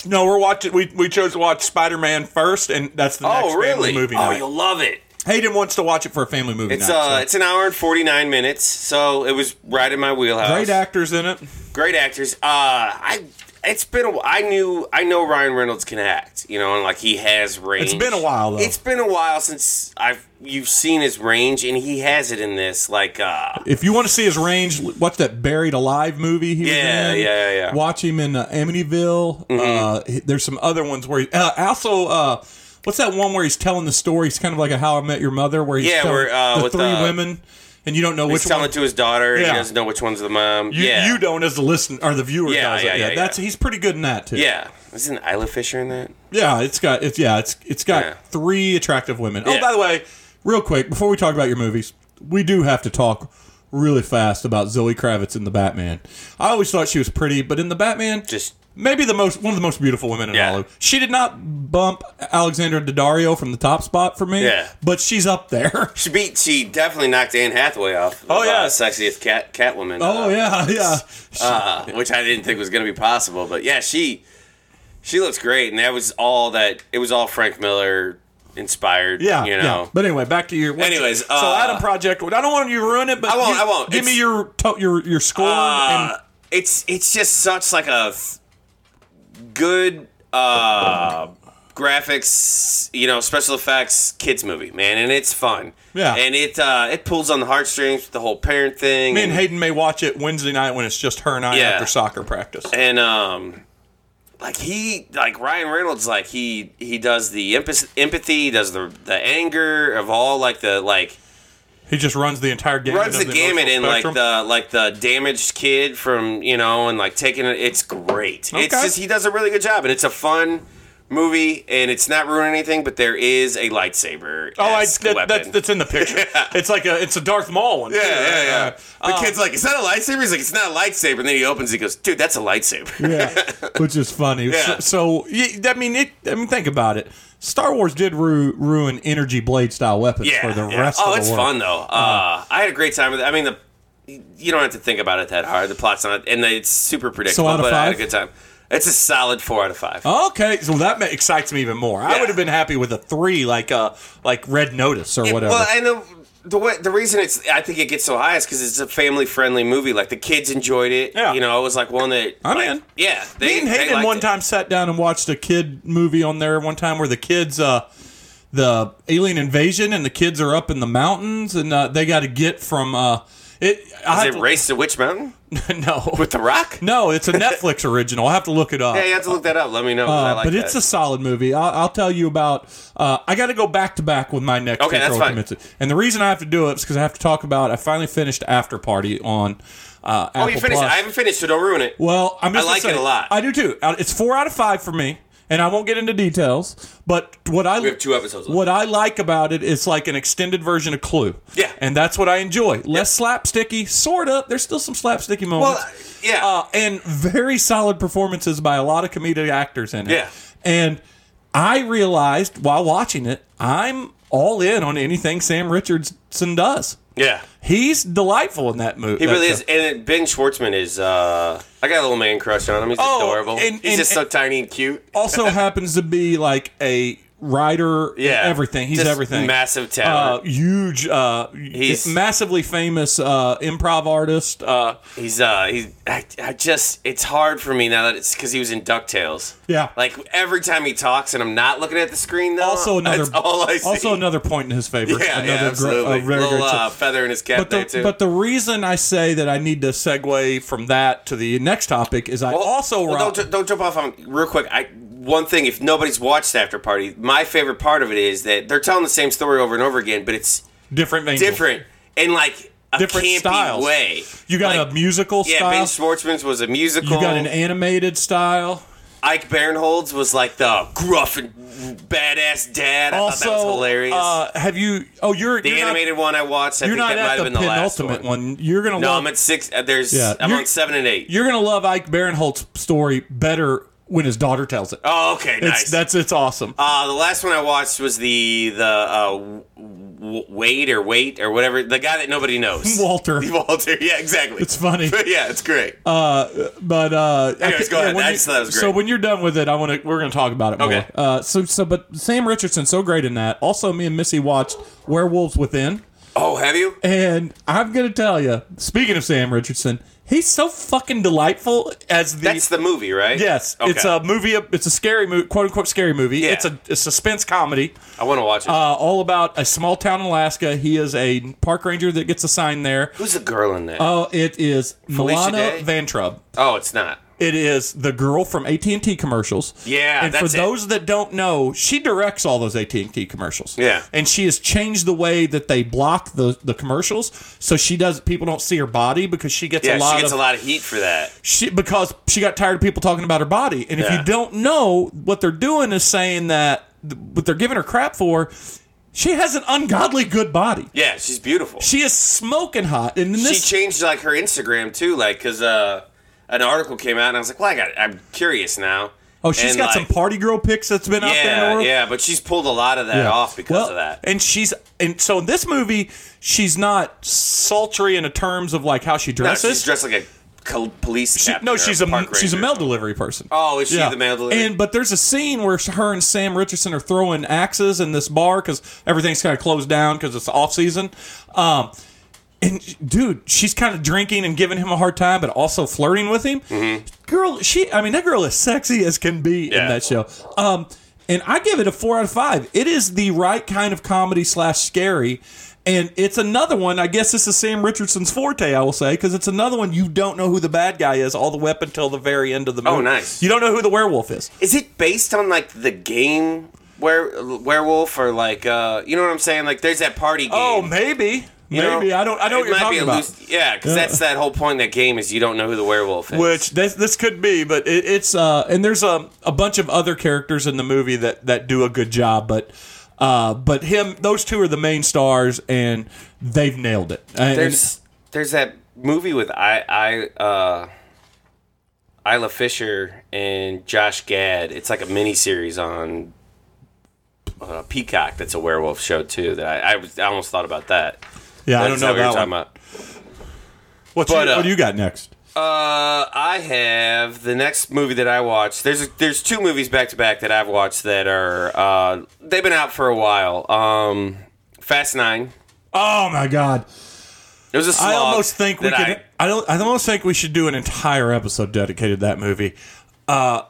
A: No, we're watching. We, we chose to watch Spider Man first, and that's the next
B: Oh, really?
A: family movie
B: oh,
A: night.
B: you'll love it.
A: Hayden wants to watch it for a family movie
B: It's
A: night.
B: uh,
A: so.
B: it's an hour and forty nine minutes, so it was right in my wheelhouse.
A: Great actors in it.
B: great actors. Uh, I it's been a wh- I knew I know Ryan Reynolds can act, you know, and like he has range.
A: been a while, though.
B: It's been a while since I've you've seen his range, and he has it in this. Like, uh,
A: If you want to see his range, watch that Buried Alive movie. He
B: Yeah,
A: was in.
B: yeah, yeah, yeah. Mm-hmm.
A: Watch him in uh, Amityville. Uh, he- there's some other ones where he uh, also. Uh, what's that one where he's telling the story? It's kind of like a How I Met Your Mother, where he's
B: Yeah,
A: telling
B: where, uh,
A: the
B: with,
A: three
B: uh,
A: women, and you don't know
B: he's
A: which
B: telling
A: one.
B: it to his daughter. and He
A: Yeah.
B: doesn't know which one's the mom.
A: You,
B: yeah,
A: you don't as the listener or the viewer
B: Yeah,
A: does it.
B: yeah, yeah,
A: that's
B: yeah.
A: he's pretty good in that too.
B: yeah. Isn't Isla Fisher in that?
A: Yeah, it's got it's yeah, it's it's got
B: Yeah.
A: three attractive women.
B: Yeah.
A: Oh, by the way, real quick before we talk about your movies, we do have to talk really fast about Zoe Kravitz in the Batman. I always thought she was pretty, but in the Batman,
B: Just
A: maybe the most one of the most beautiful women in
B: Yeah.
A: all of. She did not bump Alexandra Daddario from the top spot for me,
B: Yeah.
A: but she's up there.
B: she beat. She definitely knocked Anne Hathaway off.
A: Oh,
B: uh,
A: yeah.
B: sexiest cat Catwoman.
A: Oh
B: uh,
A: yeah, yeah.
B: uh, which I didn't think was going to be possible. But yeah, she she looks great, and that was all that it was all Frank Miller inspired.
A: Yeah,
B: you
A: yeah.
B: know.
A: But anyway, back to your.
B: Anyways,
A: so
B: uh,
A: Adam Project. I don't want you to ruin it, but
B: I won't,
A: you-
B: I won't.
A: Give me
B: It's-
A: your to- your your score and
B: Uh, it's it's just such like a f- good uh, graphics, you know, special effects kids movie, man, and it's fun.
A: Yeah.
B: and it uh, it pulls on the heartstrings with the whole parent thing.
A: Me and Hayden may watch it Wednesday night when it's just her and I
B: Yeah.
A: after soccer practice.
B: and um like he like Ryan Reynolds like he he does the empathy, empathy he does the the anger of all like the like
A: He just runs the entire gamut.
B: runs
A: of
B: the, gamut
A: emotional
B: in like
A: spectrum.
B: the like the damaged kid from you know and like taking it it's great it's
A: Okay.
B: just he does a really good job and it's a fun movie and it's not ruining anything but there is a lightsaber
A: Oh, I,
B: esque
A: that,
B: weapon.
A: that's that's in the picture. It's like a it's a Darth Maul one.
B: yeah,
A: too,
B: yeah,
A: right?
B: yeah. The
A: Oh.
B: kid's like, "Is that a lightsaber?" He's like, "It's not a lightsaber." And then he opens. He goes, "Dude, that's a lightsaber."
A: yeah, which is funny.
B: Yeah.
A: So, so y- I mean, it, I mean, think about it. Star Wars did ru- ruin energy blade style weapons for the rest
B: Oh,
A: of the
B: it's
A: world.
B: fun though. Uh, I had a great time with it. I mean, the you don't have to think about it that hard. The plot's not, and it's super predictable.
A: out of
B: but I had a
A: five? Oh,
B: good time. It's a solid four out of five.
A: Okay, so that ma- excites me even more. I
B: Yeah.
A: would have been happy with a three, like uh, like Red Notice or whatever.
B: Well, and the the, way, the reason it's I think it gets so high is because it's a family friendly movie. Like the kids enjoyed it.
A: Yeah.
B: you know, it was like one that
A: I'm
B: like,
A: in.
B: Yeah, they,
A: Me and
B: they
A: Hayden
B: liked
A: one
B: it.
A: time sat down and watched a kid movie on there one time where the kids, uh, the alien invasion, and the kids are up in the mountains and uh, they got to get from uh, it. I
B: Is
A: have
B: it
A: to-
B: Race to Witch Mountain
A: no,
B: with the Rock?
A: no, it's a Netflix original. I will have to look it up.
B: Yeah, you have to look that up. Let me know. 'cause I
A: Uh,
B: like
A: but
B: that.
A: it's a solid movie. I'll, I'll tell you about. Uh, I got to go back to back with my next.
B: Okay, that's
A: Detroit
B: fine.
A: Commits It. And the reason I have to do it is because I have to talk about. I finally finished After Party on. Uh,
B: oh, you finished. it. I haven't finished, so don't ruin it.
A: Well, I'm just
B: I like
A: gonna
B: it
A: say-
B: a lot.
A: I do too. Uh, It's four out of five for me, and I won't get into details. But what I
B: we have two episodes. Left.
A: what I like about it is like an extended version of Clue.
B: Yeah.
A: and that's what I enjoy. Less slapsticky, sort of. There's still some slapsticky moments.
B: Well, yeah.
A: uh, and very solid performances by a lot of comedic actors in it.
B: Yeah.
A: and I realized while watching it, I'm all in on anything Sam Richardson does.
B: Yeah.
A: He's delightful in that movie.
B: He really is. And Ben Schwartzman is, uh, I got a little man crush on him. He's
A: Oh,
B: adorable.
A: and-
B: He's
A: and-
B: just so tiny and cute.
A: Also happens to be like a writer.
B: Yeah.
A: everything. He's
B: Just
A: everything.
B: Massive
A: uh,
B: talent.
A: huge. Uh,
B: He's-
A: massively famous uh, improv artist. Uh,
B: he's, uh, he's, I, I just, it's hard for me now that it's because he was in DuckTales.
A: yeah.
B: Like every time he talks and I'm not looking at the screen though.
A: also another.
B: That's all I see.
A: Also another point in his favor.
B: yeah,
A: another
B: yeah,
A: gr-
B: absolutely.
A: a very
B: little
A: good
B: uh, feather in his cap
A: But
B: there
A: the,
B: too.
A: but the reason I say that I need to segue from that to the next topic is I also
B: well,
A: Rob-
B: don't, ju- don't jump off on real quick. I one thing if nobody's watched After Party, my favorite part of it is that they're telling the same story over and over again, but it's
A: different angles.
B: different in like a
A: Different
B: campy
A: styles.
B: way.
A: You got
B: Like,
A: a musical
B: yeah.
A: style.
B: Ben Schwartzman's was a musical.
A: you got an animated style.
B: Ike Barinholtz was like the gruff and badass dad. I
A: also,
B: thought Oh, that was hilarious.
A: Uh, have you? Oh, you're
B: the
A: you're
B: animated one I watched, I
A: Not, you're
B: think
A: not
B: that might
A: at
B: have
A: the
B: been the last
A: penultimate
B: one.
A: one. You're gonna
B: No,
A: love.
B: I'm at six. uh, There's
A: Yeah,
B: I'm
A: you're-
B: on seven and eight.
A: you're gonna love Ike Barinholtz's story better when his daughter tells it.
B: Oh, okay,
A: it's,
B: nice.
A: That's it's awesome.
B: Uh, the last one I watched was the the uh, w- w- Wade or Wait or whatever the guy that nobody knows.
A: Walter.
B: Walter. Yeah, exactly.
A: It's Uh, funny.
B: yeah, it's great.
A: But uh, I
B: Anyways,
A: thi-
B: go ahead.
A: when
B: I
A: you-
B: just thought that was
A: So
B: great.
A: when you're done with it, I want to. We're going to talk about it more.
B: Okay.
A: Uh, so so, but Sam Richardson so great in that. Also, me and Missy watched Werewolves Within,
B: oh, have you?
A: and I'm going to tell you. Speaking of Sam Richardson, he's so fucking delightful as the.
B: That's the movie, right?
A: yes,
B: Okay.
A: it's a movie. It's a scary movie, quote unquote scary movie.
B: Yeah.
A: It's a, a suspense comedy
B: I want to watch it.
A: uh, all about a small town in Alaska. He is a park ranger that gets assigned there.
B: Who's the girl in that?
A: Oh, it is
B: Felicia
A: Milana
B: Day?
A: Vantrub.
B: oh, it's not.
A: It is the girl from AT and T commercials.
B: Yeah,
A: and
B: that's
A: for
B: it.
A: those that don't know, she directs all those AT and T commercials.
B: Yeah.
A: and she has changed the way that they block the the commercials, so she does people don't see her body because she gets
B: Yeah,
A: a lot
B: she gets
A: of
B: a lot of heat for that.
A: she because she got tired of people talking about her body. And if
B: Yeah.
A: you don't know what they're doing is saying that th- what they're giving her crap for, she has an ungodly good body.
B: Yeah, she's beautiful.
A: She is smoking hot, and in this
B: she changed like her Instagram too, like because uh, an article came out and I was like, well, I got, I'm curious now.
A: oh she's
B: And,
A: got some
B: like,
A: party girl pics that's been out there in the
B: Yeah,
A: world.
B: yeah, but she's pulled a lot of that
A: Yeah.
B: off because
A: Well,
B: of that.
A: And she's and so in this movie, she's not sultry in the terms of like how she
B: No, she's
A: dresses.
B: dressed like a col- police.
A: She-
B: captain
A: no,
B: or
A: she's a
B: park
A: she's a
B: ranger.
A: mail delivery person.
B: Oh, is she the mail delivery?
A: And but there's a scene where her and Sam Richardson are throwing axes in this bar because everything's kind of closed down because it's off season. Um, and dude, she's kind of drinking and giving him a hard time, but also flirting with him. Girl, she I mean that girl is sexy as can be in
B: Mm-hmm. Yeah.
A: that show. Um, and I give it a four out of five. It is the right kind of comedy slash scary. And it's another one. I guess this is Sam Richardson's forte. I will say because it's another one you don't know who the bad guy is all the way up until the very end of the movie.
B: Oh, nice.
A: You don't know who the werewolf is.
B: Is it based on like the game where werewolf or like uh, you know what I'm saying? Like there's that party game.
A: Oh, maybe,
B: you know?
A: maybe I don't. I know
B: It
A: what you're
B: might
A: talking
B: be a
A: about.
B: loose- yeah, because that's that whole point. Of that game is you don't know who the werewolf is.
A: Which this this could be, but it, it's uh, and there's a a bunch of other characters in the movie that that do a good job, but. Uh, but him, those two are the main stars, and they've nailed it. And-
B: there's there's that movie with I I uh, Isla Fisher and Josh Gad. It's like a mini series on. Uh, Peacock, that's a werewolf show too. That I, I, was, I almost thought about that.
A: yeah, I don't
B: That's
A: know
B: not what you're
A: that
B: talking
A: one.
B: about.
A: What's
B: But,
A: your-
B: uh,
A: what do you got next?
B: Uh, I have the next movie that I watched. There's there's two movies back to back that I've watched that are uh, they've been out for a while. Um, Fast Nine.
A: Oh my God!
B: It was a slog
A: I almost think we
B: that
A: could. I, don't. I almost think we should do an entire episode dedicated to that movie. Uh,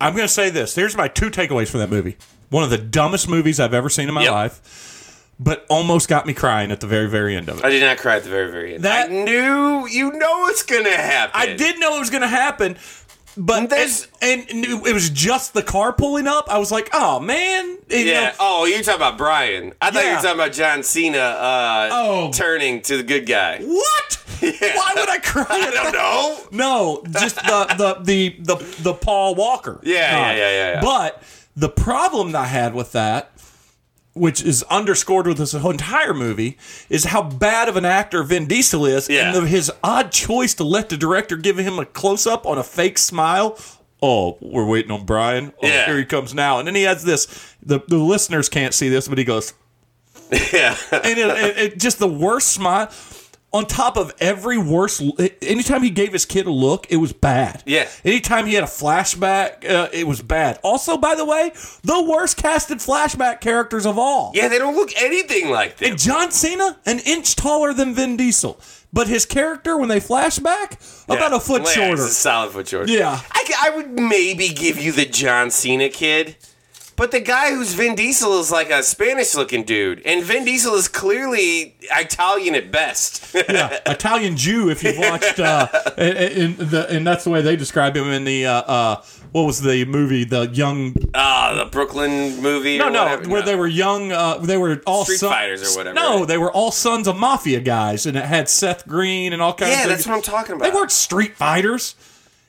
A: I'm going to say this. Here's my two takeaways from that movie. One of the dumbest movies I've ever seen in my
B: Yep.
A: life, but almost got me crying at the very, very end of it.
B: I, I did not cry at the very very end.
A: That-
B: I knew you know it's gonna happen.
A: I did know it was going to happen, but
B: There's-
A: and, and it was just the car pulling up. I was like, oh man, And, you know,
B: Yeah. Oh, you're talking about Brian. I thought you
A: Yeah.
B: were talking about John Cena. Uh,
A: Oh.
B: turning to the good guy.
A: what? Why would I cry?
B: I
A: at
B: don't
A: that? No,
B: know.
A: just the the the the, the Paul Walker.
B: Yeah,
A: guy.
B: yeah, yeah, yeah, yeah.
A: But the problem that I had with that, which is underscored with this whole entire movie, is how bad of an actor Vin Diesel is,
B: Yeah.
A: and the, his odd choice to let the director give him a close up on a fake smile. Oh, we're waiting on Brian. Oh,
B: Yeah.
A: here he comes now. And then he has this. The, the listeners can't see this, but he goes,
B: yeah.
A: and it, it, it- just the worst smile. On top of every worst, anytime he gave his kid a look, it was bad.
B: Yeah.
A: Anytime he had a flashback, uh, it was bad. Also, by the way, the worst casted flashback characters of all.
B: Yeah, they don't look anything like
A: And
B: that.
A: John Cena, an inch taller than Vin Diesel, but his character when they flashback, about a foot
B: Yeah, it's
A: shorter.
B: a solid foot shorter.
A: Yeah.
B: I, c- I would maybe give you the John Cena kid, but the guy who's Vin Diesel is like a Spanish looking dude, and Vin Diesel is clearly Italian at best.
A: yeah, Italian Jew. If you've watched, uh, and, and the, and that's the way they describe him in the uh, uh, what was the movie, the young
B: Ah, the Brooklyn movie.
A: No,
B: or
A: no,
B: whatever.
A: where they were young, uh, they were all
B: Street
A: son-
B: fighters or whatever,
A: No,
B: right?
A: they were all sons of mafia guys, and it had Seth Green and all kinds.
B: Yeah,
A: of
B: that's what I'm talking about.
A: They weren't street fighters.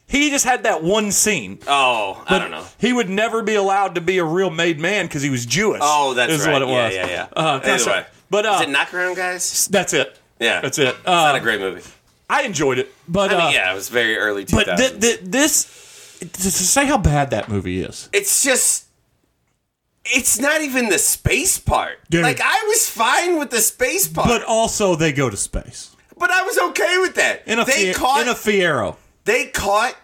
A: He just had that one scene.
B: Oh, I don't know.
A: He would never be allowed to be a real made man because he was Jewish.
B: Oh, that's
A: is
B: right.
A: what it
B: Yeah,
A: was.
B: yeah, yeah.
A: Uh, that's
B: Anyway.
A: right. But uh,
B: Is it Knockaround Guys?
A: that's it.
B: Yeah.
A: that's it.
B: Not
A: Uh,
B: a great movie.
A: I enjoyed it, but
B: I mean,
A: uh,
B: yeah, it was very early 2000s.
A: but th- th- this to say how bad that movie is.
B: it's just it's not even the space part.
A: Dude.
B: Like I was fine with the space part,
A: But
B: but,
A: also, they go to space
B: I was okay with that.
A: in a Fie-
B: they caught
A: in a Fiero.
B: they caught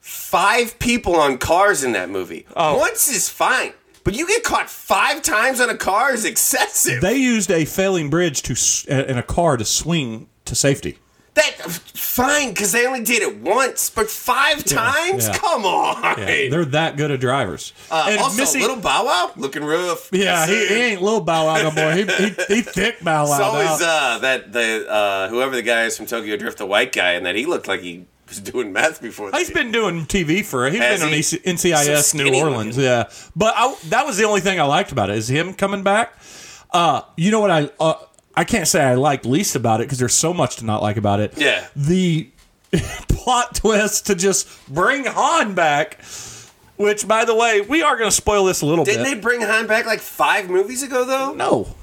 B: five people on cars in that movie.
A: Oh.
B: Once is fine, but you get caught five times on a car is excessive.
A: They used a failing bridge to s- and a car to swing to safety.
B: that fine because they only did it once, but five times?
A: yeah.
B: Come on.
A: They're that good of drivers.
B: Uh,
A: and
B: also,
A: Missy,
B: little Bow Wow looking rough.
A: yeah,
B: Yes,
A: he,
B: sir.
A: he ain't little Bow Wow no more. He, he, he thick Bow Wow.
B: It's always
A: now.
B: uh, that the uh, whoever the guy is from Tokyo Drift, the white guy, and that he looked like he was doing meth before. the-
A: He's been doing TV for. He's
B: Has
A: been on E
B: he?
A: EC NCIS
B: So
A: New
B: skinny
A: Orleans. Yeah, but I, that was the only thing I liked about it is him coming back. Uh, you know what I? Uh, I can't say I liked least about it because there's so much to not like about it.
B: Yeah.
A: the plot twist to just bring Han back. Which, by the way, we are going to spoil this a little
B: Didn't
A: bit.
B: they bring Han back like five movies ago though?
A: No,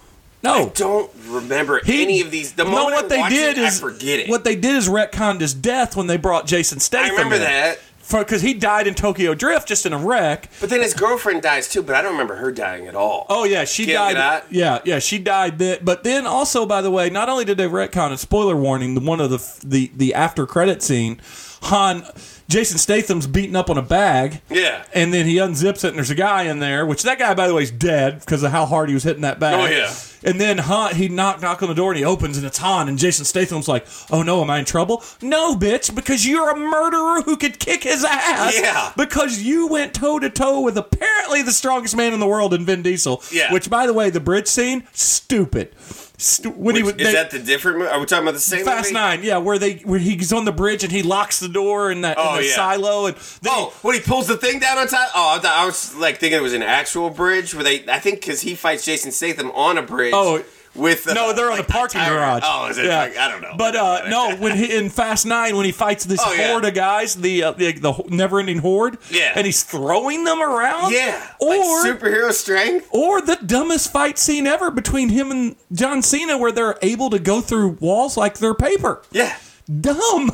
A: no.
B: Don't remember
A: He-
B: any of these. The
A: no,
B: moment
A: what
B: I
A: they
B: watch
A: did
B: it,
A: is
B: I forget it.
A: What they did is retconned his death when they brought Jason Statham.
B: I remember
A: in.
B: that,
A: because he died in Tokyo Drift just in a wreck.
B: but then his girlfriend dies too. But I don't remember her dying at all.
A: Oh yeah, she
B: Can't
A: died.
B: get out.
A: Yeah, yeah, she died. Then, but then also, by the way, not only did they retcon and spoiler warning, the one of the the the after credit scene, Han, Jason Statham's beaten up on a bag.
B: Yeah.
A: and then he unzips it and there's a guy in there. Which that guy, by the way, is dead because of how hard he was hitting that bag.
B: Oh, yeah.
A: And then Han, he knock knock on the door and he opens and it's Han and Jason Statham's like, "Oh no, am I in trouble? No, bitch, because you're a murderer who could kick his ass.
B: Yeah.
A: because you went toe to toe with apparently the strongest man in the world in Vin Diesel.
B: Yeah.
A: which by the way, the bridge scene, stupid. Stu- when he
B: Which-
A: was
B: is
A: they-
B: that the different? mo- Are we talking about the same?
A: Fast
B: movie?
A: Nine, yeah, where they where he's on the bridge and he locks the door in that
B: Oh,
A: in the
B: yeah.
A: silo and then
B: Oh, when he pulls the thing down on top. Oh, I, thought- I was like thinking it was an actual bridge where they. I think because he fights Jason Statham on a bridge.
A: Oh.
B: with uh,
A: No, they're on
B: like,
A: the parking
B: tire-
A: garage.
B: Oh, is it? Like, I don't know.
A: But uh, no, when he in Fast Nine, when he fights this
B: Oh, yeah.
A: horde of guys, the uh, the, the never-ending horde,
B: Yeah.
A: and he's throwing them around,
B: yeah,
A: or
B: like superhero strength.
A: or the dumbest fight scene ever between him and John Cena, where they're able to go through walls like they're paper.
B: Yeah,
A: Dumb.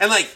B: and like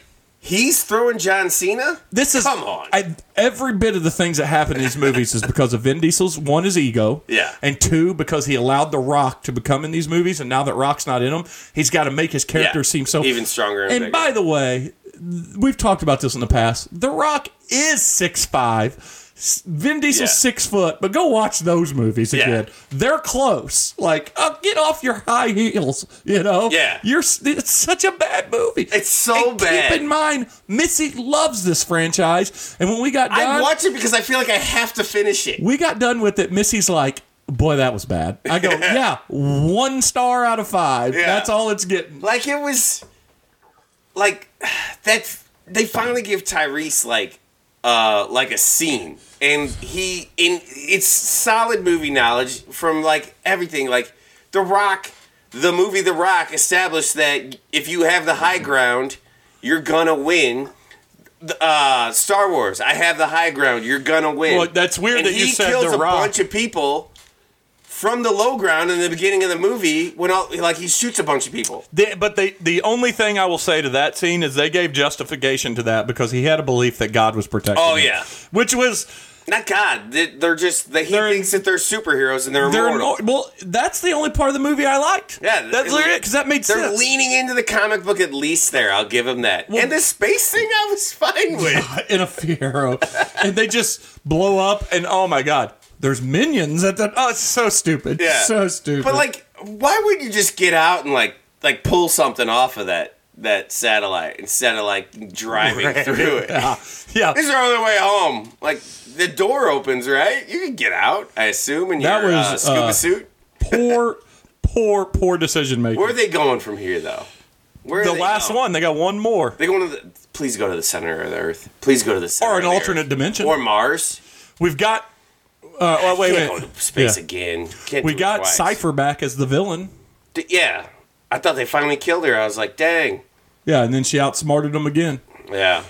B: he's throwing John Cena.
A: This is
B: Come on.
A: I, every bit of the things that happen in these movies is because of Vin Diesel's one is ego,
B: Yeah.
A: and two because he allowed The Rock to become in these movies, and now that Rock's not in them, he's got to make his character
B: Yeah.
A: seem so
B: even stronger. And,
A: And
B: bigger.
A: by the way, th- we've talked about this in the past. The Rock is six five. Vin Diesel's
B: Yeah.
A: six foot, but go watch those movies again. They're close. Like, uh, get off your high heels. You know,
B: Yeah.
A: You're s- it's such a bad movie.
B: It's so
A: And
B: bad.
A: Keep in mind, Missy loves this franchise, and when we got
B: I
A: done,
B: watch it because I feel like I have to finish it.
A: we got done with it. Missy's like, "Boy, that was bad." I go, "Yeah, one star out of five.
B: Yeah.
A: That's all it's getting."
B: Like it was, like that. They finally give Tyrese like, uh, like a scene, and he in it's solid movie knowledge from like everything. Like The Rock, the movie The Rock established that if you have the high ground, you're gonna win. The, Uh, Star Wars, I have the high ground. You're gonna win.
A: Well, that's weird
B: and
A: that you
B: he
A: said
B: kills
A: The
B: a
A: Rock.
B: bunch of people from the low ground in the beginning of the movie when all like he shoots a bunch of people.
A: They, but they, the only thing I will say to that scene is they gave justification to that because he had a belief that God was protecting.
B: Oh,
A: him.
B: yeah.
A: which was
B: Not God. They- They're just. They, he
A: They're-
B: thinks that they're superheroes and they're,
A: They're
B: immortal.
A: immor- well, that's the only part of the movie I liked.
B: Yeah,
A: that's
B: it-
A: literally it because that made
B: They're
A: sense.
B: leaning into the comic book at least. There, I'll give him that. and the space thing, I was fine with.
A: in a Fiero, and they just blow up, and oh my god, there's minions at the. Oh, it's so stupid.
B: Yeah.
A: so stupid.
B: But like, why would you just get out and like like pull something off of that that satellite instead of like driving through it?
A: yeah, Ah, yeah.
B: This is our only way home. Like the door opens, right? You can get out, I assume, in
A: That
B: your uh,
A: was,
B: scuba
A: uh,
B: suit.
A: poor, poor, poor decision making.
B: Where are they going from here, though? Where are
A: The
B: they
A: last
B: going?
A: one, they got one more,
B: They going to the. Please go to the center of the Earth. Please go to the center.
A: or
B: of
A: an
B: the Earth.
A: alternate dimension.
B: Or Mars.
A: We've got. Uh, oh, wait,
B: Can't
A: wait.
B: go to space
A: Yeah.
B: again. Can't
A: We
B: do it
A: got
B: twice.
A: Cipher back as the villain.
B: D- yeah, I thought they finally killed her. I was like, dang.
A: Yeah, and then she outsmarted him again.
B: Yeah.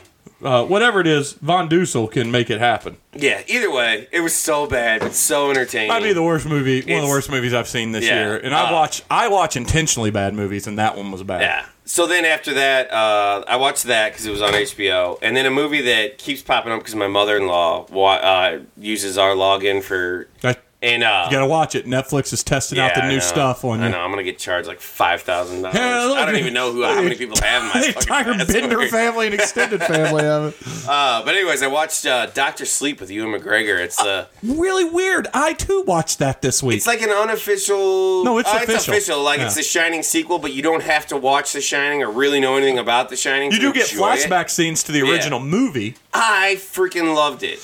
A: Uh, whatever it is, Von Dussel can make it happen.
B: Yeah. Either way, it was so bad, but so entertaining.
A: Might be the worst movie, one of
B: It's-
A: the worst movies I've seen this
B: Yeah.
A: year. And I
B: Uh,
A: watch, I watch intentionally bad movies, and that one was bad.
B: Yeah. So then after that, uh, I watched that because it was on HBO, and then a movie that keeps popping up because my mother-in-law wa- uh, uses our login for
A: I,
B: and uh,
A: you gotta watch it. Netflix is testing out the
B: I
A: new
B: know.
A: stuff on
B: I
A: you.
B: know I'm gonna get charged like five thousand dollars.
A: Yeah, look,
B: I don't
A: the-
B: even know who how many people have my
A: The
B: fucking
A: entire Bender
B: password.
A: family and extended family of it.
B: Uh, but anyways, I watched uh, Doctor Sleep with Ewan McGregor. It's uh,
A: Really weird. I too watched that this week.
B: it's like an unofficial.
A: No, it's
B: uh, It's
A: official.
B: official. Like
A: Yeah.
B: it's The Shining sequel, but you don't have to watch The Shining or really know anything about The Shining.
A: you
B: to
A: do get
B: enjoy it.
A: flashback scenes to the original movie.
B: I freaking loved it.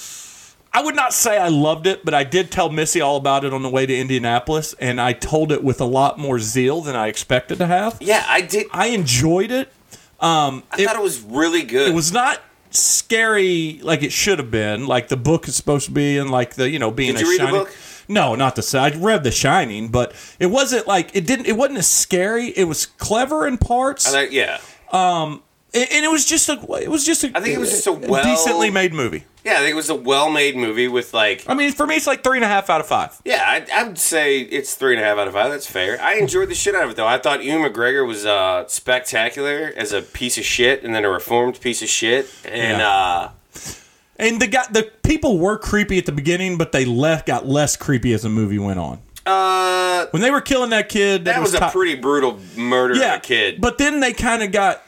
A: I would not say I loved it, but I did tell Missy all about it on the way to Indianapolis, and I told it with a lot more zeal than I expected to have.
B: Yeah, I did.
A: I enjoyed it.
B: I thought it was really good.
A: It was not scary like it should have been, like the book is supposed to be, and like the you know being.
B: Did
A: a
B: you read the
A: shining-
B: book?
A: No, not the. si- I read The Shining, but it wasn't like it didn't. It wasn't as scary. It was clever in parts,
B: I thought- yeah,
A: and and it was just a. It was just a.
B: I think it was just a well-
A: decently made movie.
B: yeah. I think it was a well-made movie with like,
A: I mean, for me, it's like three and a half out of five.
B: yeah. I, I would say it's three and a half out of five. That's fair. I enjoyed the shit out of it though. I thought Ewan McGregor was uh, spectacular as a piece of shit, and then a reformed piece of shit, and
A: Yeah.
B: uh,
A: And the guy, the people were creepy at the beginning, but they left got less creepy as the movie went on.
B: uh,
A: When they were killing that kid,
B: that was, a
A: top-
B: pretty brutal murder
A: yeah
B: of a kid.
A: But then they kind of got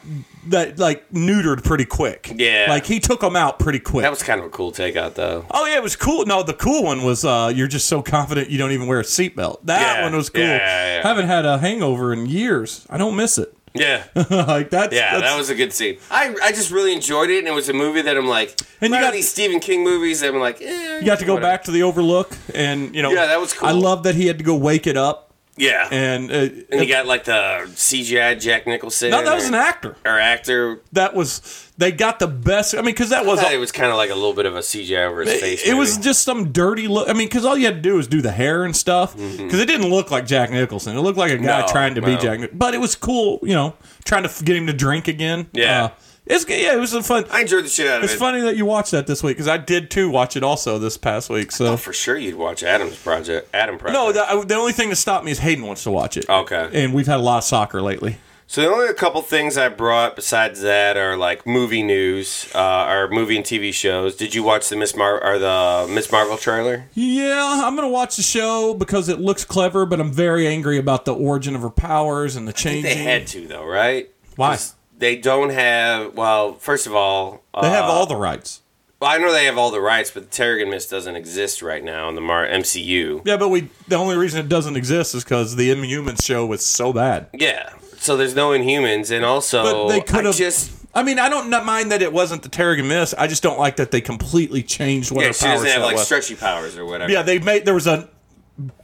A: that like neutered pretty quick.
B: Yeah.
A: like he took them out pretty quick.
B: that was kind of a cool takeout though.
A: Oh yeah, it was cool. No, the cool one was uh, you're just so confident you don't even wear a seatbelt. That
B: Yeah,
A: one was cool.
B: yeah, yeah, yeah.
A: Haven't had a hangover in years. I don't miss it.
B: Yeah,
A: like that's
B: yeah,
A: that's-
B: that was a good scene. I, I just really enjoyed it, and it was a movie that I'm like,
A: And
B: and
A: you
B: you
A: got-
B: these Stephen King movies. I'm like, eh,
A: You got to go back to the Overlook, and you know,
B: Yeah, that was cool.
A: I love that he had to go wake it up,
B: Yeah,
A: and, uh,
B: And you got like the CGI Jack Nicholson.
A: no, that was an
B: or,
A: actor.
B: or actor.
A: That was they got the best. I mean, because that was
B: I thought it was kind of like a little bit of a CGI over his face.
A: it, it was
B: maybe.
A: just some dirty look. I mean, because all you had to do was do the hair and stuff. Because it didn't look like Jack Nicholson. It looked like a guy
B: Mm-hmm. No,
A: trying to be
B: no.
A: Jack. Nic- But it was cool, you know, trying to f- get him to drink again.
B: Yeah.
A: Uh, it's g- yeah, it was a fun.
B: I enjoyed the shit out of
A: It's
B: it.
A: funny that you watched that this week because I did too watch it also this past week. So
B: Oh, For sure, you'd watch Adam's project. Adam project.
A: no, the, I- the only thing that stopped me is Hayden wants to watch it.
B: Okay.
A: and we've had a lot of soccer lately.
B: so the only a couple things I brought besides that are like movie news, uh, or movie and TV shows. Did you watch the Miss Mar or the Miss Marvel trailer?
A: Yeah, I'm gonna watch the show because it looks clever, but I'm very angry about the origin of her powers and the changing.
B: They had to though, right?
A: Why?
B: 'Cause They don't have. Well, first of all,
A: They
B: uh,
A: have all the rights.
B: Well, I know they have all the rights, but the Terrigen Mist doesn't exist right now in the Mar- MCU.
A: Yeah, but we the only reason it doesn't exist is because the Inhumans show was so bad.
B: Yeah. So there's no Inhumans, and also
A: But they could
B: Oh, I
A: have.
B: just
A: I mean, I don't not mind that it wasn't the Terrigan Mist. I just don't like that they completely changed what
B: yeah,
A: her
B: she
A: powers
B: doesn't have
A: set
B: like
A: was.
B: stretchy powers or whatever.
A: Yeah, they made there was a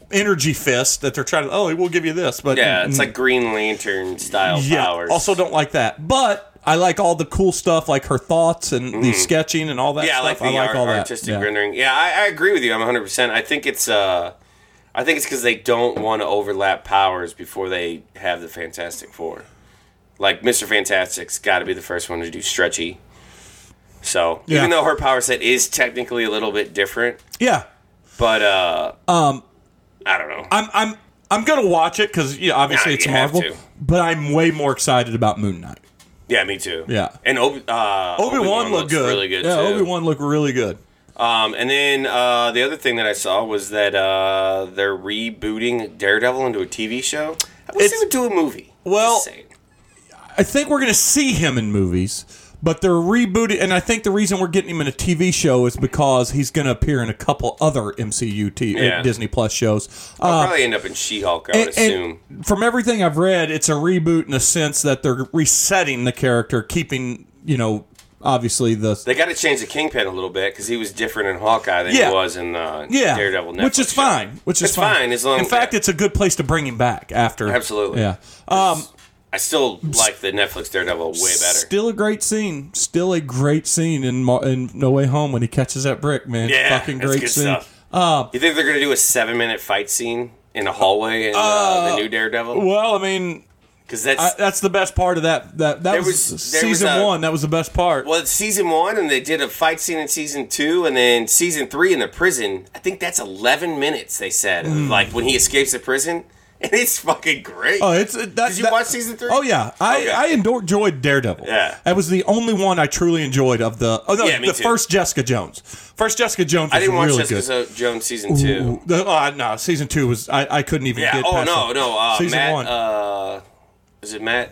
A: energy fist that they're trying to. Oh, we'll give you this, but
B: Yeah, it's like Green Lantern style
A: Mm-hmm. yeah.
B: powers.
A: Also, don't like that, but. I like all the cool stuff, like her thoughts and the sketching and all that.
B: Mm-hmm. yeah, I
A: stuff.
B: like the
A: I like
B: art-
A: all that.
B: artistic
A: yeah.
B: rendering. Yeah, I, I agree with you. I'm 100. percent I think it's uh, I think it's because they don't want to overlap powers before they have the Fantastic Four. Like Mister Fantastic's got to be the first one to do stretchy. So
A: Yeah.
B: even though her power set is technically a little bit different,
A: Yeah,
B: but uh, um, I don't know.
A: I'm I'm I'm gonna watch it because yeah, obviously
B: Nah,
A: it's
B: you have
A: Marvel.
B: to.
A: But I'm way more excited about Moon Knight.
B: Yeah, me too.
A: Yeah.
B: and Obi uh,
A: Obi Wan looked good.
B: really good.
A: Yeah,
B: too.
A: Obi Wan looked really good.
B: Um, and then uh, the other thing that I saw was that uh, they're rebooting Daredevil into a TV show. I wish they
A: It's-
B: would do a movie.
A: Well-
B: Just saying.
A: I think we're going to see him in movies, but they're rebooting. And I think the reason we're getting him in a TV show is because he's going to appear in a couple other MCU t- uh,
B: Yeah.
A: Disney Plus shows.
B: I'll
A: Uh,
B: probably end up in She-Hulk. I would
A: and- and
B: assume.
A: from everything I've read, it's a reboot in the sense that they're resetting the character, keeping you know obviously the
B: They got to change the Kingpin a little bit because he was different in Hawkeye than
A: Yeah.
B: he was in the
A: yeah,
B: Daredevil. Netflix
A: which is
B: show.
A: fine, which is
B: It's fine, as long-
A: in fact,
B: yeah.
A: it's a good place to bring him back after.
B: Absolutely.
A: yeah. Um,
B: I still like the Netflix Daredevil way better.
A: Still a great scene. Still a great scene in Mar- in No Way Home when he catches that brick, man.
B: yeah,
A: fucking
B: that's
A: great
B: good
A: scene. Uh,
B: stuff. you think they're gonna do a seven-minute fight scene in a hallway in uh, the new Daredevil?
A: Well, I mean,
B: Because that's
A: I, that's the best part of that. That that
B: There
A: was,
B: was- there was
A: season
B: a-
A: one. That was the best part.
B: Well, it's season one, and they did a fight scene in season two, and then season three in the prison. I think that's eleven minutes. They said
A: Mm.
B: like when he escapes the prison, and it's fucking great.
A: Oh, it's that,
B: Did you
A: that-
B: watch season three?
A: Oh yeah, I
B: Okay.
A: I endor- enjoyed Daredevil.
B: Yeah.
A: that was the only one I truly enjoyed of the. Oh no,
B: Yeah, me
A: the
B: too.
A: first Jessica Jones. First Jessica Jones. Was
B: I didn't watch
A: really
B: Jessica
A: good.
B: Zo- Jones season two.
A: Ooh, the- oh, no, season two was I, I couldn't even
B: Yeah.
A: get.
B: Oh
A: past
B: no,
A: it.
B: no. Uh,
A: season
B: Matt.
A: one.
B: Uh, is it Matt?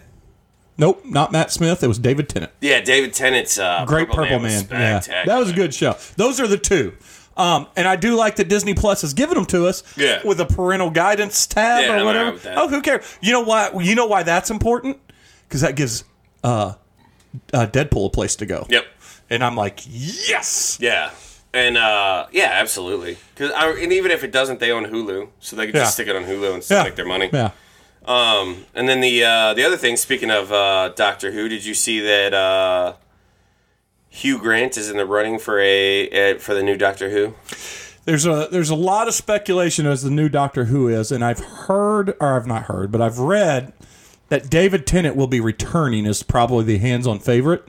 A: nope, not Matt Smith. It was David Tennant.
B: Yeah, David Tennant's uh,
A: Great Purple,
B: was
A: Man. Yeah,
B: spectacular.
A: that was a good show. Those are the two. Um, and I do like that Disney Plus has given them to us
B: Yeah.
A: with a parental guidance tab
B: Yeah, I'm
A: or
B: all right
A: whatever.
B: with that.
A: Oh, who cares? You know why? You know why that's important? Because that gives uh, uh, Deadpool a place to go.
B: Yep.
A: And I'm like, yes.
B: Yeah. And uh, yeah, absolutely. Because and even if it doesn't, they own Hulu, so they can
A: Yeah.
B: just stick it on Hulu and still make their money.
A: Yeah.
B: Um, and then the uh, the other thing, speaking of uh, Doctor Who, did you see that uh, Hugh Grant is in the running for a uh, for the new Doctor Who?
A: There's a there's a lot of speculation as the new Doctor Who is, and I've heard or I've not heard, but I've read that David Tennant will be returning as probably the hands-on favorite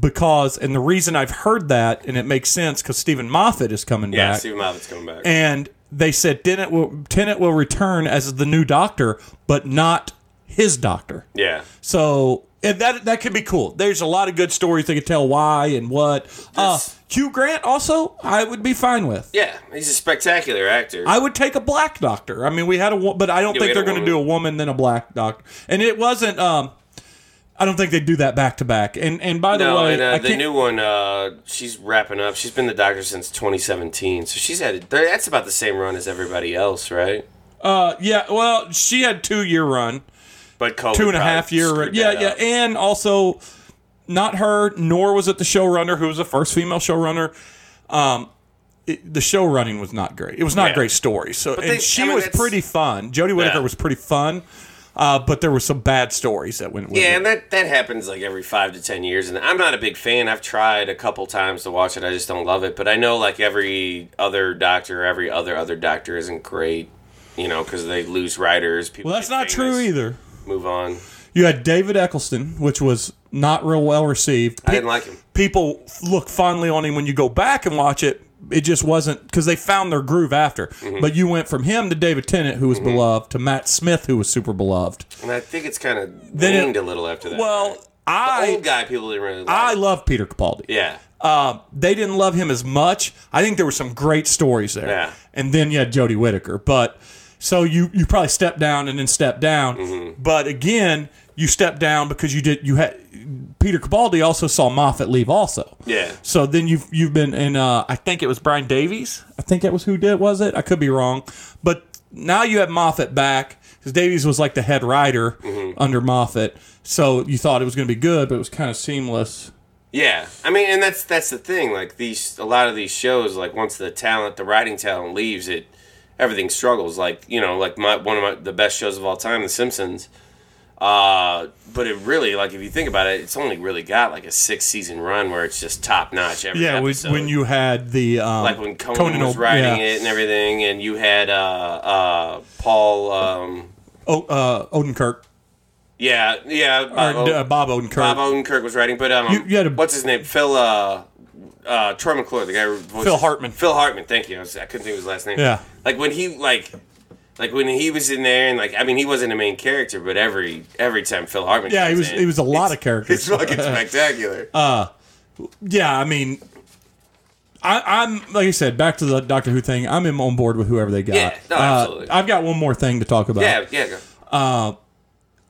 A: because, and the reason I've heard that, and it makes sense because Stephen Moffat is coming
B: Yeah,
A: back,
B: Stephen Moffat's coming back.
A: and they said Tennant will Tennant will return as the new Doctor, but not his Doctor.
B: yeah,
A: So and that that could be cool. There's a lot of good stories they could tell why and what. Uh,
B: This-
A: Hugh Grant also I would be fine with.
B: yeah, he's a spectacular actor.
A: I would take a black doctor. I mean, we had a, wo- but I don't
B: Yeah, we
A: think
B: had
A: they're
B: a
A: going to
B: woman.
A: do a woman then a black doctor. And it wasn't. um I don't think they do that back to back. And and by the
B: no,
A: way,
B: and
A: I
B: uh, the
A: can't-
B: new one, uh, she's wrapping up. She's been the Doctor since 2017, so she's had that's about the same run as everybody else, right?
A: uh, yeah, well, she had two year run,
B: But COVID
A: two and a
B: probably
A: half year run.
B: screwed
A: Yeah,
B: that
A: yeah,
B: up.
A: and also not her, nor was it the showrunner who was the first female showrunner. Um. It, the show running was not great. It was not
B: Yeah.
A: a great story. So and
B: they-
A: she
B: I mean,
A: was
B: that's-
A: pretty fun. Jodie Whittaker
B: Yeah.
A: was pretty fun, uh, but there were some bad stories that went with it.
B: Yeah, and that that happens like every five to ten years, and I'm not a big fan. I've tried a couple times to watch it. I just don't love it. But I know like every other doctor, every other other doctor isn't great, you know, because they lose writers. People
A: Well, that's
B: get
A: not true e-
B: famous,
A: either.
B: Move on.
A: You had David Eccleston, which was not real well received.
B: I didn't like him.
A: People look fondly on him when you go back and watch it. It just wasn't because they found their groove after. But you went from him to David Tennant, who was beloved, to Matt Smith, who was super beloved.
B: And I think it's kind of
A: Then it-
B: waned a little after that.
A: Well,
B: right?
A: I
B: old guy people didn't really. Like.
A: I love Peter Capaldi.
B: yeah,
A: Um, they didn't love him as much. I think there were some great stories there.
B: Yeah.
A: And then you had Jodie Whittaker. But so you you probably stepped down and then stepped down.
B: Mm-hmm.
A: But again, you stepped down because you did you had Peter Cabaldi also saw Moffat leave also.
B: Yeah.
A: So then you've you've been in uh, I think it was Brian Davies. I think that was who did was it? I could be wrong. But now you have Moffat back because Davies was like the head writer
B: Mm-hmm.
A: under Moffat. So you thought it was going to be good, but it was kind of seamless.
B: yeah. I mean, and that's that's the thing. Like these, a lot of these shows, like once the talent, the writing talent leaves, it everything struggles. Like you know, like my one of my the best shows of all time, The Simpsons. Uh, but it really, like, if you think about it, it's only really got like a six season run where it's just top notch. Every
A: Yeah, when,
B: episode.
A: when you had the um,
B: like when Conan, was
A: O'B-
B: writing
A: yeah.
B: it and everything, and you had uh, uh, Paul. Um,
A: Oh, uh, Odenkirk
B: yeah, yeah,
A: or
B: Bob,
A: uh, Bob Odenkirk.
B: Bob Odenkirk was writing, but um,
A: You- you had a-
B: what's his name? Phil. Uh, uh, Troy McClure, the guy. Who voices-
A: Phil Hartman.
B: Phil Hartman. Thank you. I, was, I couldn't think of his last name.
A: Yeah.
B: Like when he like. Like when he was in there, and like I mean, he wasn't a main character, but every every time Phil Hartman,
A: Yeah, he
B: comes
A: was-
B: in,
A: he was a lot
B: it's-
A: of characters. Uh,
B: It's fucking spectacular.
A: yeah, I mean, I, I'm like I said, back to the Doctor Who thing. I'm in- on board with whoever they got.
B: Yeah, no,
A: Uh,
B: absolutely.
A: I've got one more thing to talk about.
B: Yeah, yeah. Go.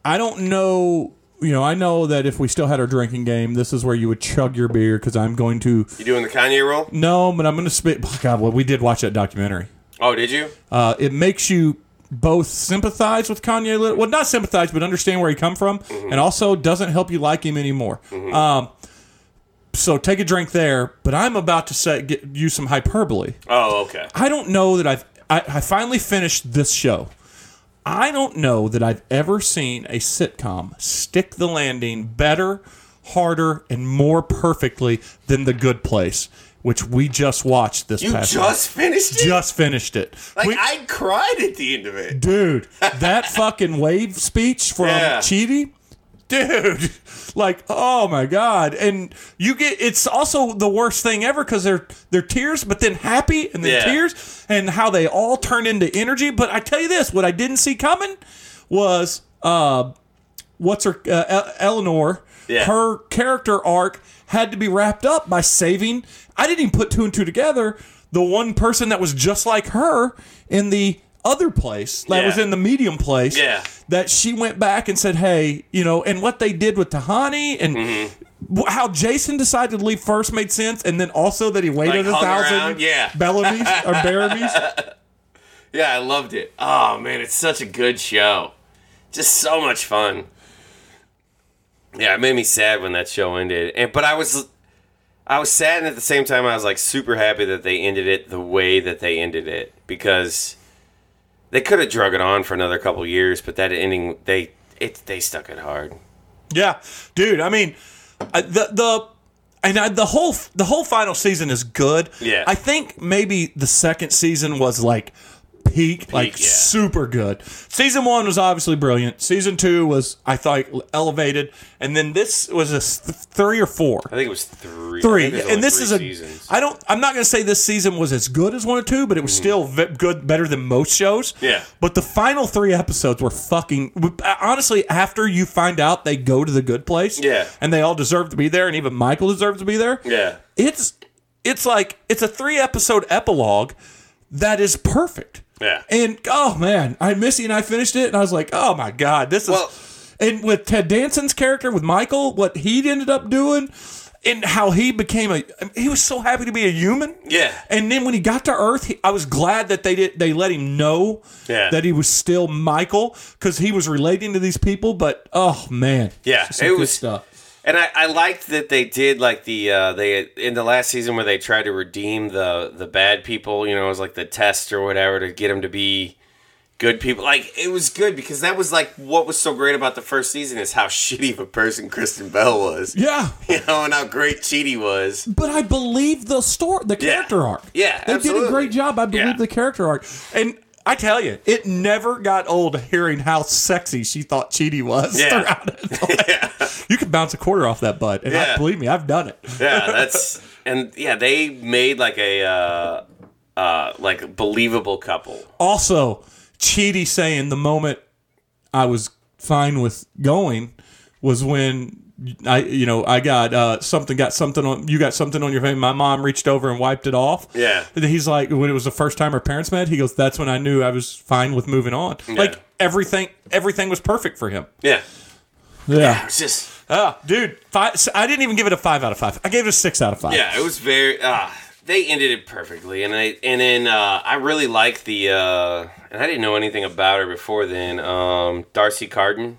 A: I don't know. You know, I know that if we still had our drinking game, this is where you would chug your beer because I'm going to
B: You doing the Kanye roll?
A: no, but I'm going to spit. Oh, God, well, we did watch that documentary.
B: Oh, did you?
A: Uh, it makes you both sympathize with Kanye, a little- well, not sympathize, but understand where he come from,
B: Mm-hmm.
A: and also doesn't help you like him anymore. Um, so take a drink there. But I'm about to say, get, use some hyperbole.
B: Oh, okay.
A: I don't know that I've. I, I finally finished this show. I don't know that I've ever seen a sitcom stick the landing better, harder, and more perfectly than The Good Place, which we just watched this
B: You
A: past night.
B: just finished it?
A: just finished it.
B: like
A: We-
B: I cried at the end of it.
A: dude, that fucking wave speech from
B: Yeah.
A: Chidi, dude, like oh my god! And you get it's also the worst thing ever because they're they're tears, but then happy and then
B: Yeah.
A: tears, and how they all turn into energy. But I tell you this, what I didn't see coming was uh, what's her uh, E- Eleanor.
B: Yeah.
A: Her character arc had to be wrapped up by saving. I didn't even put two and two together. The one person that was just like her in the other place that
B: Yeah.
A: was in the medium place.
B: Yeah.
A: That she went back and said, "Hey, you know," and what they did with Tahani and.
B: Mm-hmm.
A: wh- How Jason decided to leave first made sense, and then also that he waited a
B: Like, hung
A: thousand
B: around? Yeah.
A: Bellamy's or Barraby's.
B: Yeah, I loved it. Oh man, it's such a good show. Just so much fun. Yeah, it made me sad when that show ended. And but I was I was sad and at the same time I was like super happy that they ended it the way that they ended it because they could have drug it on for another couple years, but that ending they it they stuck it hard.
A: Yeah, dude. I mean, I- the the and I, the whole the whole final season is good.
B: Yeah.
A: I think maybe the second season was like peak, like
B: yeah.
A: super good. Season one was obviously brilliant. Season two was I thought elevated, and then this was a s- three or four.
B: I think it was 3.
A: Three,
B: I think there's only
A: and this
B: three
A: is a.
B: seasons. Mm.
A: I don't. I'm not going to say this season was as good as one or two, but it was still ve- good, better than most shows.
B: Yeah.
A: But the final three episodes were fucking. Honestly, after you find out they go to the good place,
B: Yeah.
A: and they all deserve to be there, and even Michael deserves to be there.
B: Yeah.
A: It's it's like it's a three episode epilogue that is perfect.
B: Yeah.
A: And oh man, I Missy and I finished it, and I was like, oh my god, this is.
B: Well-
A: and with Ted Danson's character with Michael, what he ended up doing, and how he became a he was so happy to be a human.
B: Yeah.
A: And then when he got to Earth, he, I was glad that they did they let him know
B: Yeah.
A: that he was still Michael because he was relating to these people. But oh man,
B: Yeah,
A: Some
B: it
A: good
B: was-
A: stuff.
B: And I, I liked that they did like the uh, they in the last season where they tried to redeem the the bad people. You know, it was like the test or whatever to get them to be good people. Like it was good because that was like what was so great about the first season is how shitty of a person Kristen Bell was.
A: Yeah,
B: You know, and how great Cheaty was.
A: But I believe the story, the
B: Yeah.
A: character arc.
B: Yeah,
A: they did
B: absolutely.
A: a great job. I believe
B: Yeah.
A: the character arc, and I tell you, it never got old hearing how sexy she thought Chidi was
B: Yeah.
A: throughout it. Like, You could bounce a quarter off that butt, and I,
B: Yeah.
A: believe me, I've done it.
B: Yeah, that's and yeah, they made like a uh, uh, like believable couple.
A: Also, Chidi saying the moment I was fine with going was when. I you know I got uh, something got something on you got something on your face. My mom reached over and wiped it off.
B: Yeah.
A: And he's like, when it was the first time her parents met, he goes, "That's when I knew I was fine with moving on." Like everything, everything was perfect for him.
B: Yeah,
A: Yeah,
B: it's just
A: ah, dude, five, I didn't even give it a five out of five. I gave it a six out of five.
B: Yeah, it was very. Uh, they ended it perfectly, and I and then uh, I really like the. Uh, and I didn't know anything about her before then. Um, Darcy Carden,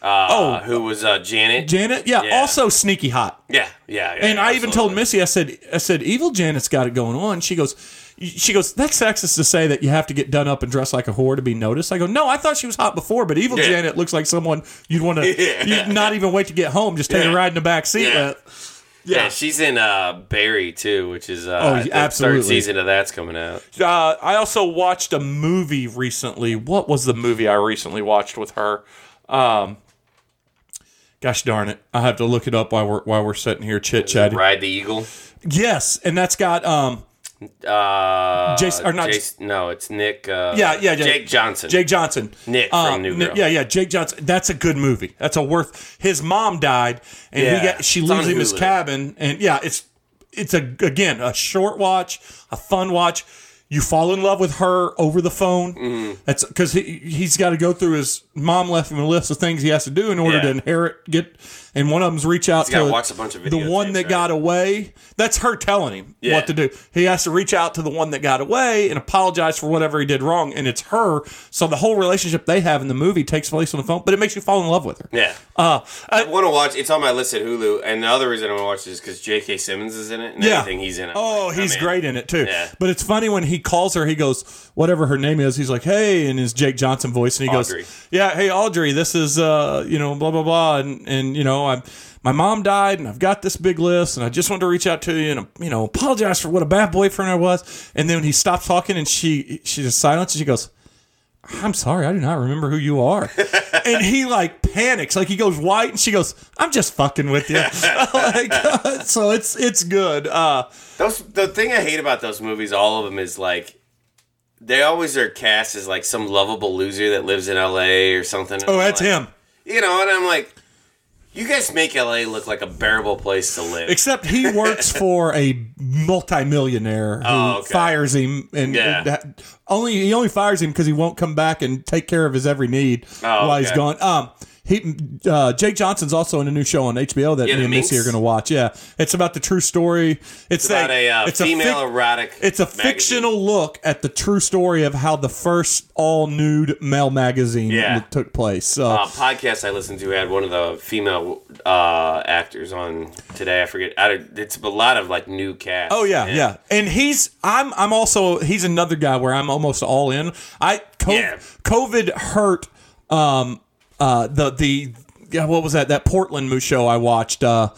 B: uh,
A: Oh,
B: who was uh, Janet.
A: Janet, yeah,
B: Yeah.
A: also sneaky hot.
B: yeah, yeah, yeah.
A: And I even told
B: absolutely.
A: Missy, I said, I said, evil Janet's got it going on. She goes, she goes, that's sexist to say that you have to get done up and dressed like a whore to be noticed. I go, no, I thought she was hot before, but evil
B: Yeah.
A: Janet looks like someone you'd want to,
B: Yeah.
A: you'd not even wait to get home, just take
B: Yeah.
A: a ride in the back seat.
B: Yeah.
A: with.
B: Yeah, she's in uh, Barry too, which is uh,
A: Oh,
B: the
A: absolutely.
B: third season of that's coming out.
A: Uh, I also watched a movie recently. What was the movie I recently watched with her? Um, gosh darn it! I have to look it up while we're while we're sitting here chit chatting.
B: Ride the Eagle.
A: Yes, and that's got um
B: Uh,
A: Jason- or not-
B: Jason- no, it's Nick. Uh,
A: Yeah, yeah, yeah.
B: Jake Johnson.
A: Jake Johnson,
B: Nick from
A: Uh,
B: New
A: Ni-
B: Girl.
A: Yeah, yeah, Jake Johnson. That's a good movie. That's a worth. His mom died, and
B: Yeah.
A: he got she
B: It's
A: leaves
B: on
A: him his
B: Hulu.
A: cabin, and yeah, it's it's a again a short watch, a fun watch. You fall in love with her over the phone.
B: Mm-hmm.
A: That's because he he's got to go through his mom left him a list of things he has to do in order
B: Yeah.
A: to inherit get. And one of them's reach out
B: gotta
A: to
B: watch a bunch of
A: the
B: videotapes,
A: one that
B: right?
A: got away. That's her telling him
B: Yeah.
A: what to do. He has to reach out to the one that got away and apologize for whatever he did wrong. And it's her. So the whole relationship they have in the movie takes place on the phone, but it makes you fall in love with her.
B: Yeah.
A: Uh,
B: I want to watch. It's on my list at Hulu, and the other reason I want to watch is because J.K. Simmons is in it, and everything he's in. I'm
A: oh,
B: like, I'm
A: he's
B: in.
A: great in it too.
B: Yeah.
A: But it's funny when he calls her, he goes, whatever her name is, he's like, hey, and his Jake Johnson voice, and he
B: Audrey.
A: goes, yeah, hey, Audrey, this is, uh, you know, blah, blah, blah. And, and you know, I'm, my mom died, and I've got this big list, and I just wanted to reach out to you and, uh, you know, apologize for what a bad boyfriend I was. And then he stops talking, and she, she just silences, she goes, I'm sorry, I do not remember who you are. and he like panics, like he goes white, and she goes, "I'm just fucking with you." like, so it's it's good. Uh,
B: Those the thing I hate about those movies, all of them, is like they always are cast as like some lovable loser that lives in L.A. or something.
A: Oh, that's him.
B: You know, and I'm like, you guys make L.A. look like a bearable place to live.
A: Except he works for a multimillionaire who
B: Oh, okay.
A: fires him, and
B: Yeah.
A: and that- only he only fires him because he won't come back and take care of his every need
B: Oh,
A: while he's
B: okay.
A: gone. Um, he uh, Jake Johnson's also in a new show on HBO that
B: Yeah,
A: me
B: The
A: and Missy are
B: Minx?
A: going to watch. Yeah, it's about the true story. It's,
B: about a, uh,
A: it's
B: female
A: fic-
B: erotic.
A: It's a
B: magazine.
A: fictional look at the true story of how the first all nude male magazine
B: Yeah.
A: took place. So
B: uh, podcast I listened to had one of the female uh, actors on today. I forget. I, don't- it's a lot of like new cast.
A: Oh yeah, yeah, And he's I'm I'm also he's another guy where I'm almost all in. I co-
B: Yeah.
A: COVID hurt um uh the the yeah, what was that that Portland Moo show I watched uh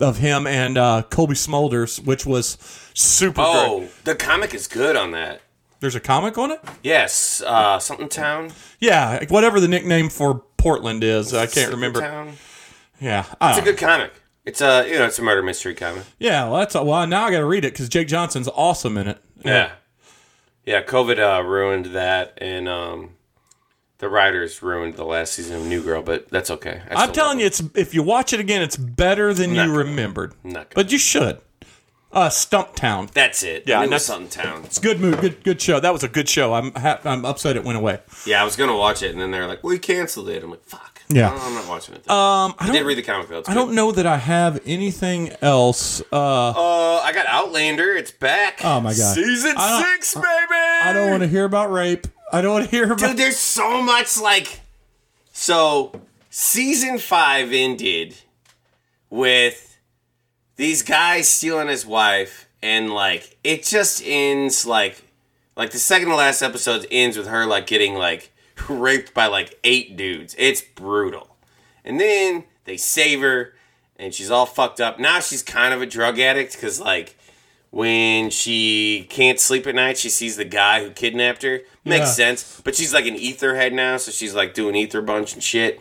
A: of him and uh Colby Smulders which was super great.
B: Oh, the comic is good on that.
A: There's a comic on it?
B: Yes, uh, something town.
A: Yeah, like, whatever the nickname for Portland is, I can't
B: Something
A: remember.
B: Town.
A: Yeah. I
B: It's a
A: don't know.
B: good comic. It's a you know it's a murder mystery comic.
A: Yeah, well, that's well now I got to read it cuz Jake Johnson's awesome in it.
B: Yeah, yeah. COVID uh, ruined that, and um, the writers ruined the last season of New Girl, but that's okay. I
A: I'm
B: still
A: telling
B: love
A: you, it's if you watch it again, it's better than you
B: gonna.
A: remembered.
B: not gonna.
A: but you should. Uh, Stump Town.
B: it. that's it.
A: Yeah,
B: Yeah,
A: and
B: it was
A: that's-
B: something town.
A: It's a good move. Good good show. That was a good show. I'm ha- I'm upset it went away.
B: Yeah, I was gonna watch it, and then they're like, "We canceled it." I'm like, "Fuck."
A: Yeah.
B: No, I'm not watching it. Um, I, did read the comic though.
A: I don't know that I have anything else. Uh,
B: Uh, I got Outlander. It's back.
A: Oh, my God.
B: season
A: I don't-
B: six, baby.
A: I don't want to hear about rape. I don't want to hear
B: Dude,
A: about.
B: there's so much like. So, season five ended with these guys stealing his wife, and like it just ends like, like the second to last episode ends with her like getting like raped by like eight dudes. It's brutal, and then they save her, and she's all fucked up. Now she's kind of a drug addict because like. When she can't sleep at night, she sees the guy who kidnapped her. Makes
A: Yeah.
B: sense sense. But she's like an ether head now, so she's like doing ether bunch and shit.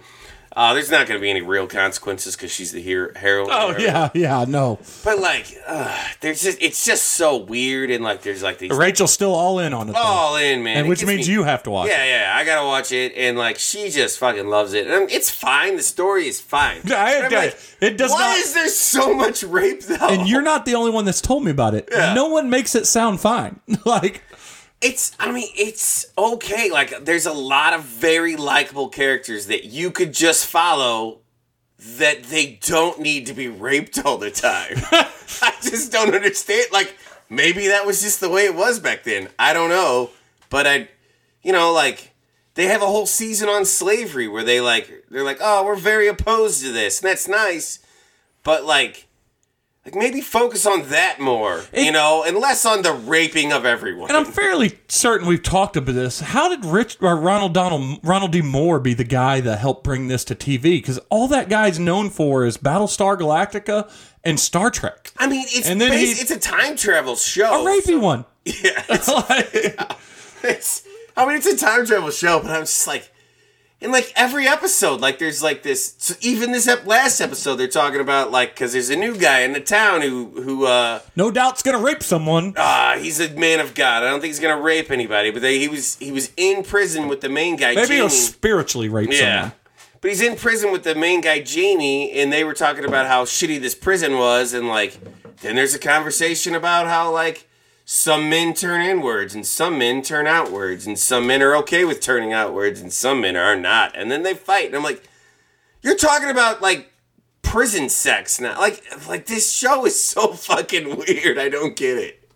B: Uh, there's not going to be any real consequences because she's the hero. heroine.
A: Oh yeah, yeah, no.
B: But like, uh, there's just it's just so weird and like there's like these
A: Rachel's still all in on it, though.
B: all in man,
A: and
B: Oh, It
A: which
B: gets
A: means
B: me-
A: you have to watch. it.
B: Yeah, yeah, I gotta watch it, and like she just fucking loves it, and I'm- it's fine. The story is fine.
A: Yeah, I-
B: But I'm
A: yeah, it does
B: why
A: not-
B: is there so much rape though?
A: And you're not the only one that's told me about it.
B: Yeah.
A: No one makes it sound fine. like
B: It's, I mean, it's okay. Like, there's a lot of very likable characters that you could just follow that they don't need to be raped all the time. I just don't understand. Like, maybe that was just the way it was back then. I don't know. But I, you know, like, they have a whole season on slavery where they, like, they're like, oh, we're very opposed to this. And that's nice. But, like, like maybe focus on that more, you know, and less on the raping of everyone.
A: And I'm fairly certain we've talked about this. How did Rich or Ronald Donald Ronald D. Moore be the guy that helped bring this to TV? Because all that guy's known for is Battlestar Galactica and Star Trek.
B: I mean, it's
A: And then
B: basi-
A: he-
B: it's a time travel
A: A
B: show.
A: rapey one.
B: Yeah, it's,
A: Like,
B: it's- I mean, it's a time travel show, but I'm just like, in like every episode, like there's like this. So even this ep- last episode, they're talking about like because there's a new guy in the town who who uh,
A: no doubt's gonna rape someone.
B: uh he's a man of God. I don't think he's gonna rape anybody, but they, he was he was in prison with the main guy.
A: Maybe he'll
B: Jamie.
A: spiritually rape
B: Yeah.
A: someone.
B: But he's in prison with the main guy Jamie, and they were talking about how shitty this prison was, and like then there's a conversation about how like some men turn inwards and some men turn outwards and some men are okay with turning outwards and some men are not. And then they fight. And I'm like, you're talking about like prison sex now. Like like this show is so fucking weird. I don't get it.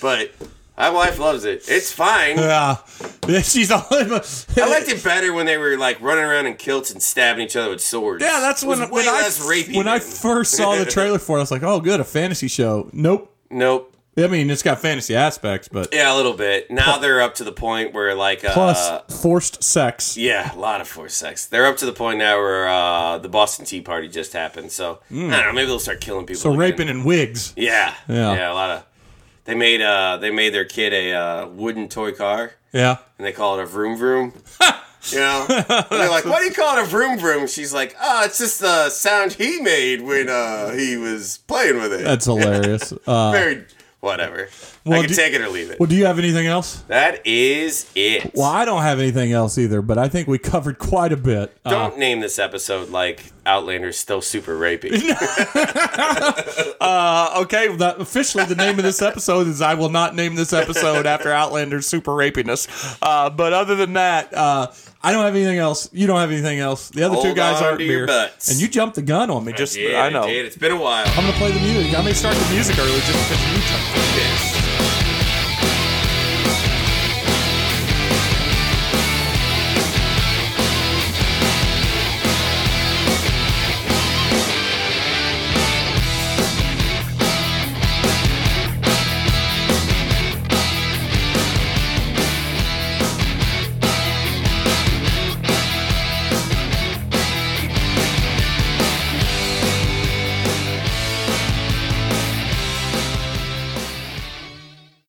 B: But my wife loves it. It's fine.
A: Yeah. She's all.
B: I liked it better when they were like running around in kilts and stabbing each other with swords.
A: Yeah, that's
B: It
A: when
B: was way
A: when I
B: less rapey
A: when I
B: then.
A: first saw the trailer for it, I was like, "Oh, good, a fantasy show." Nope.
B: Nope.
A: I mean, it's got fantasy aspects, but
B: Yeah, a little bit. Now they're up to the point where like uh,
A: plus forced sex.
B: Yeah, a lot of forced sex. They're up to the point now where uh, the Boston Tea Party just happened. So I don't know. Maybe they'll start killing people.
A: Hmm. So
B: again.
A: raping in wigs.
B: Yeah,
A: Yeah.
B: yeah, A lot of. They made uh, they made their kid a uh, wooden toy car,
A: Yeah.
B: and they call it a vroom vroom. you know, And they're like, "Why do you call it a vroom vroom?" She's like, "Oh, it's just the sound he made when uh, he was playing with it."
A: That's hilarious. Uh,
B: very whatever.
A: Well,
B: I can
A: do-
B: take it or leave it.
A: well, do you have anything else?
B: that is it.
A: Well, I don't have anything else either, but I think we covered quite a bit. Uh,
B: Don't name this episode like Outlander's still super rapey.
A: okay, the, officially the name of this episode is I will not name this episode after Outlander's super rapiness. Uh, but other than that, uh, I don't have anything else. You don't have anything else. The other two
B: Hold
A: guys
B: on
A: aren't
B: to
A: beer,
B: your butts.
A: and you jumped the gun on me. Just
B: Yeah,
C: I know.
B: It's been a while.
A: I'm gonna play the music. I may start the music early just because you jumped.
B: Yes.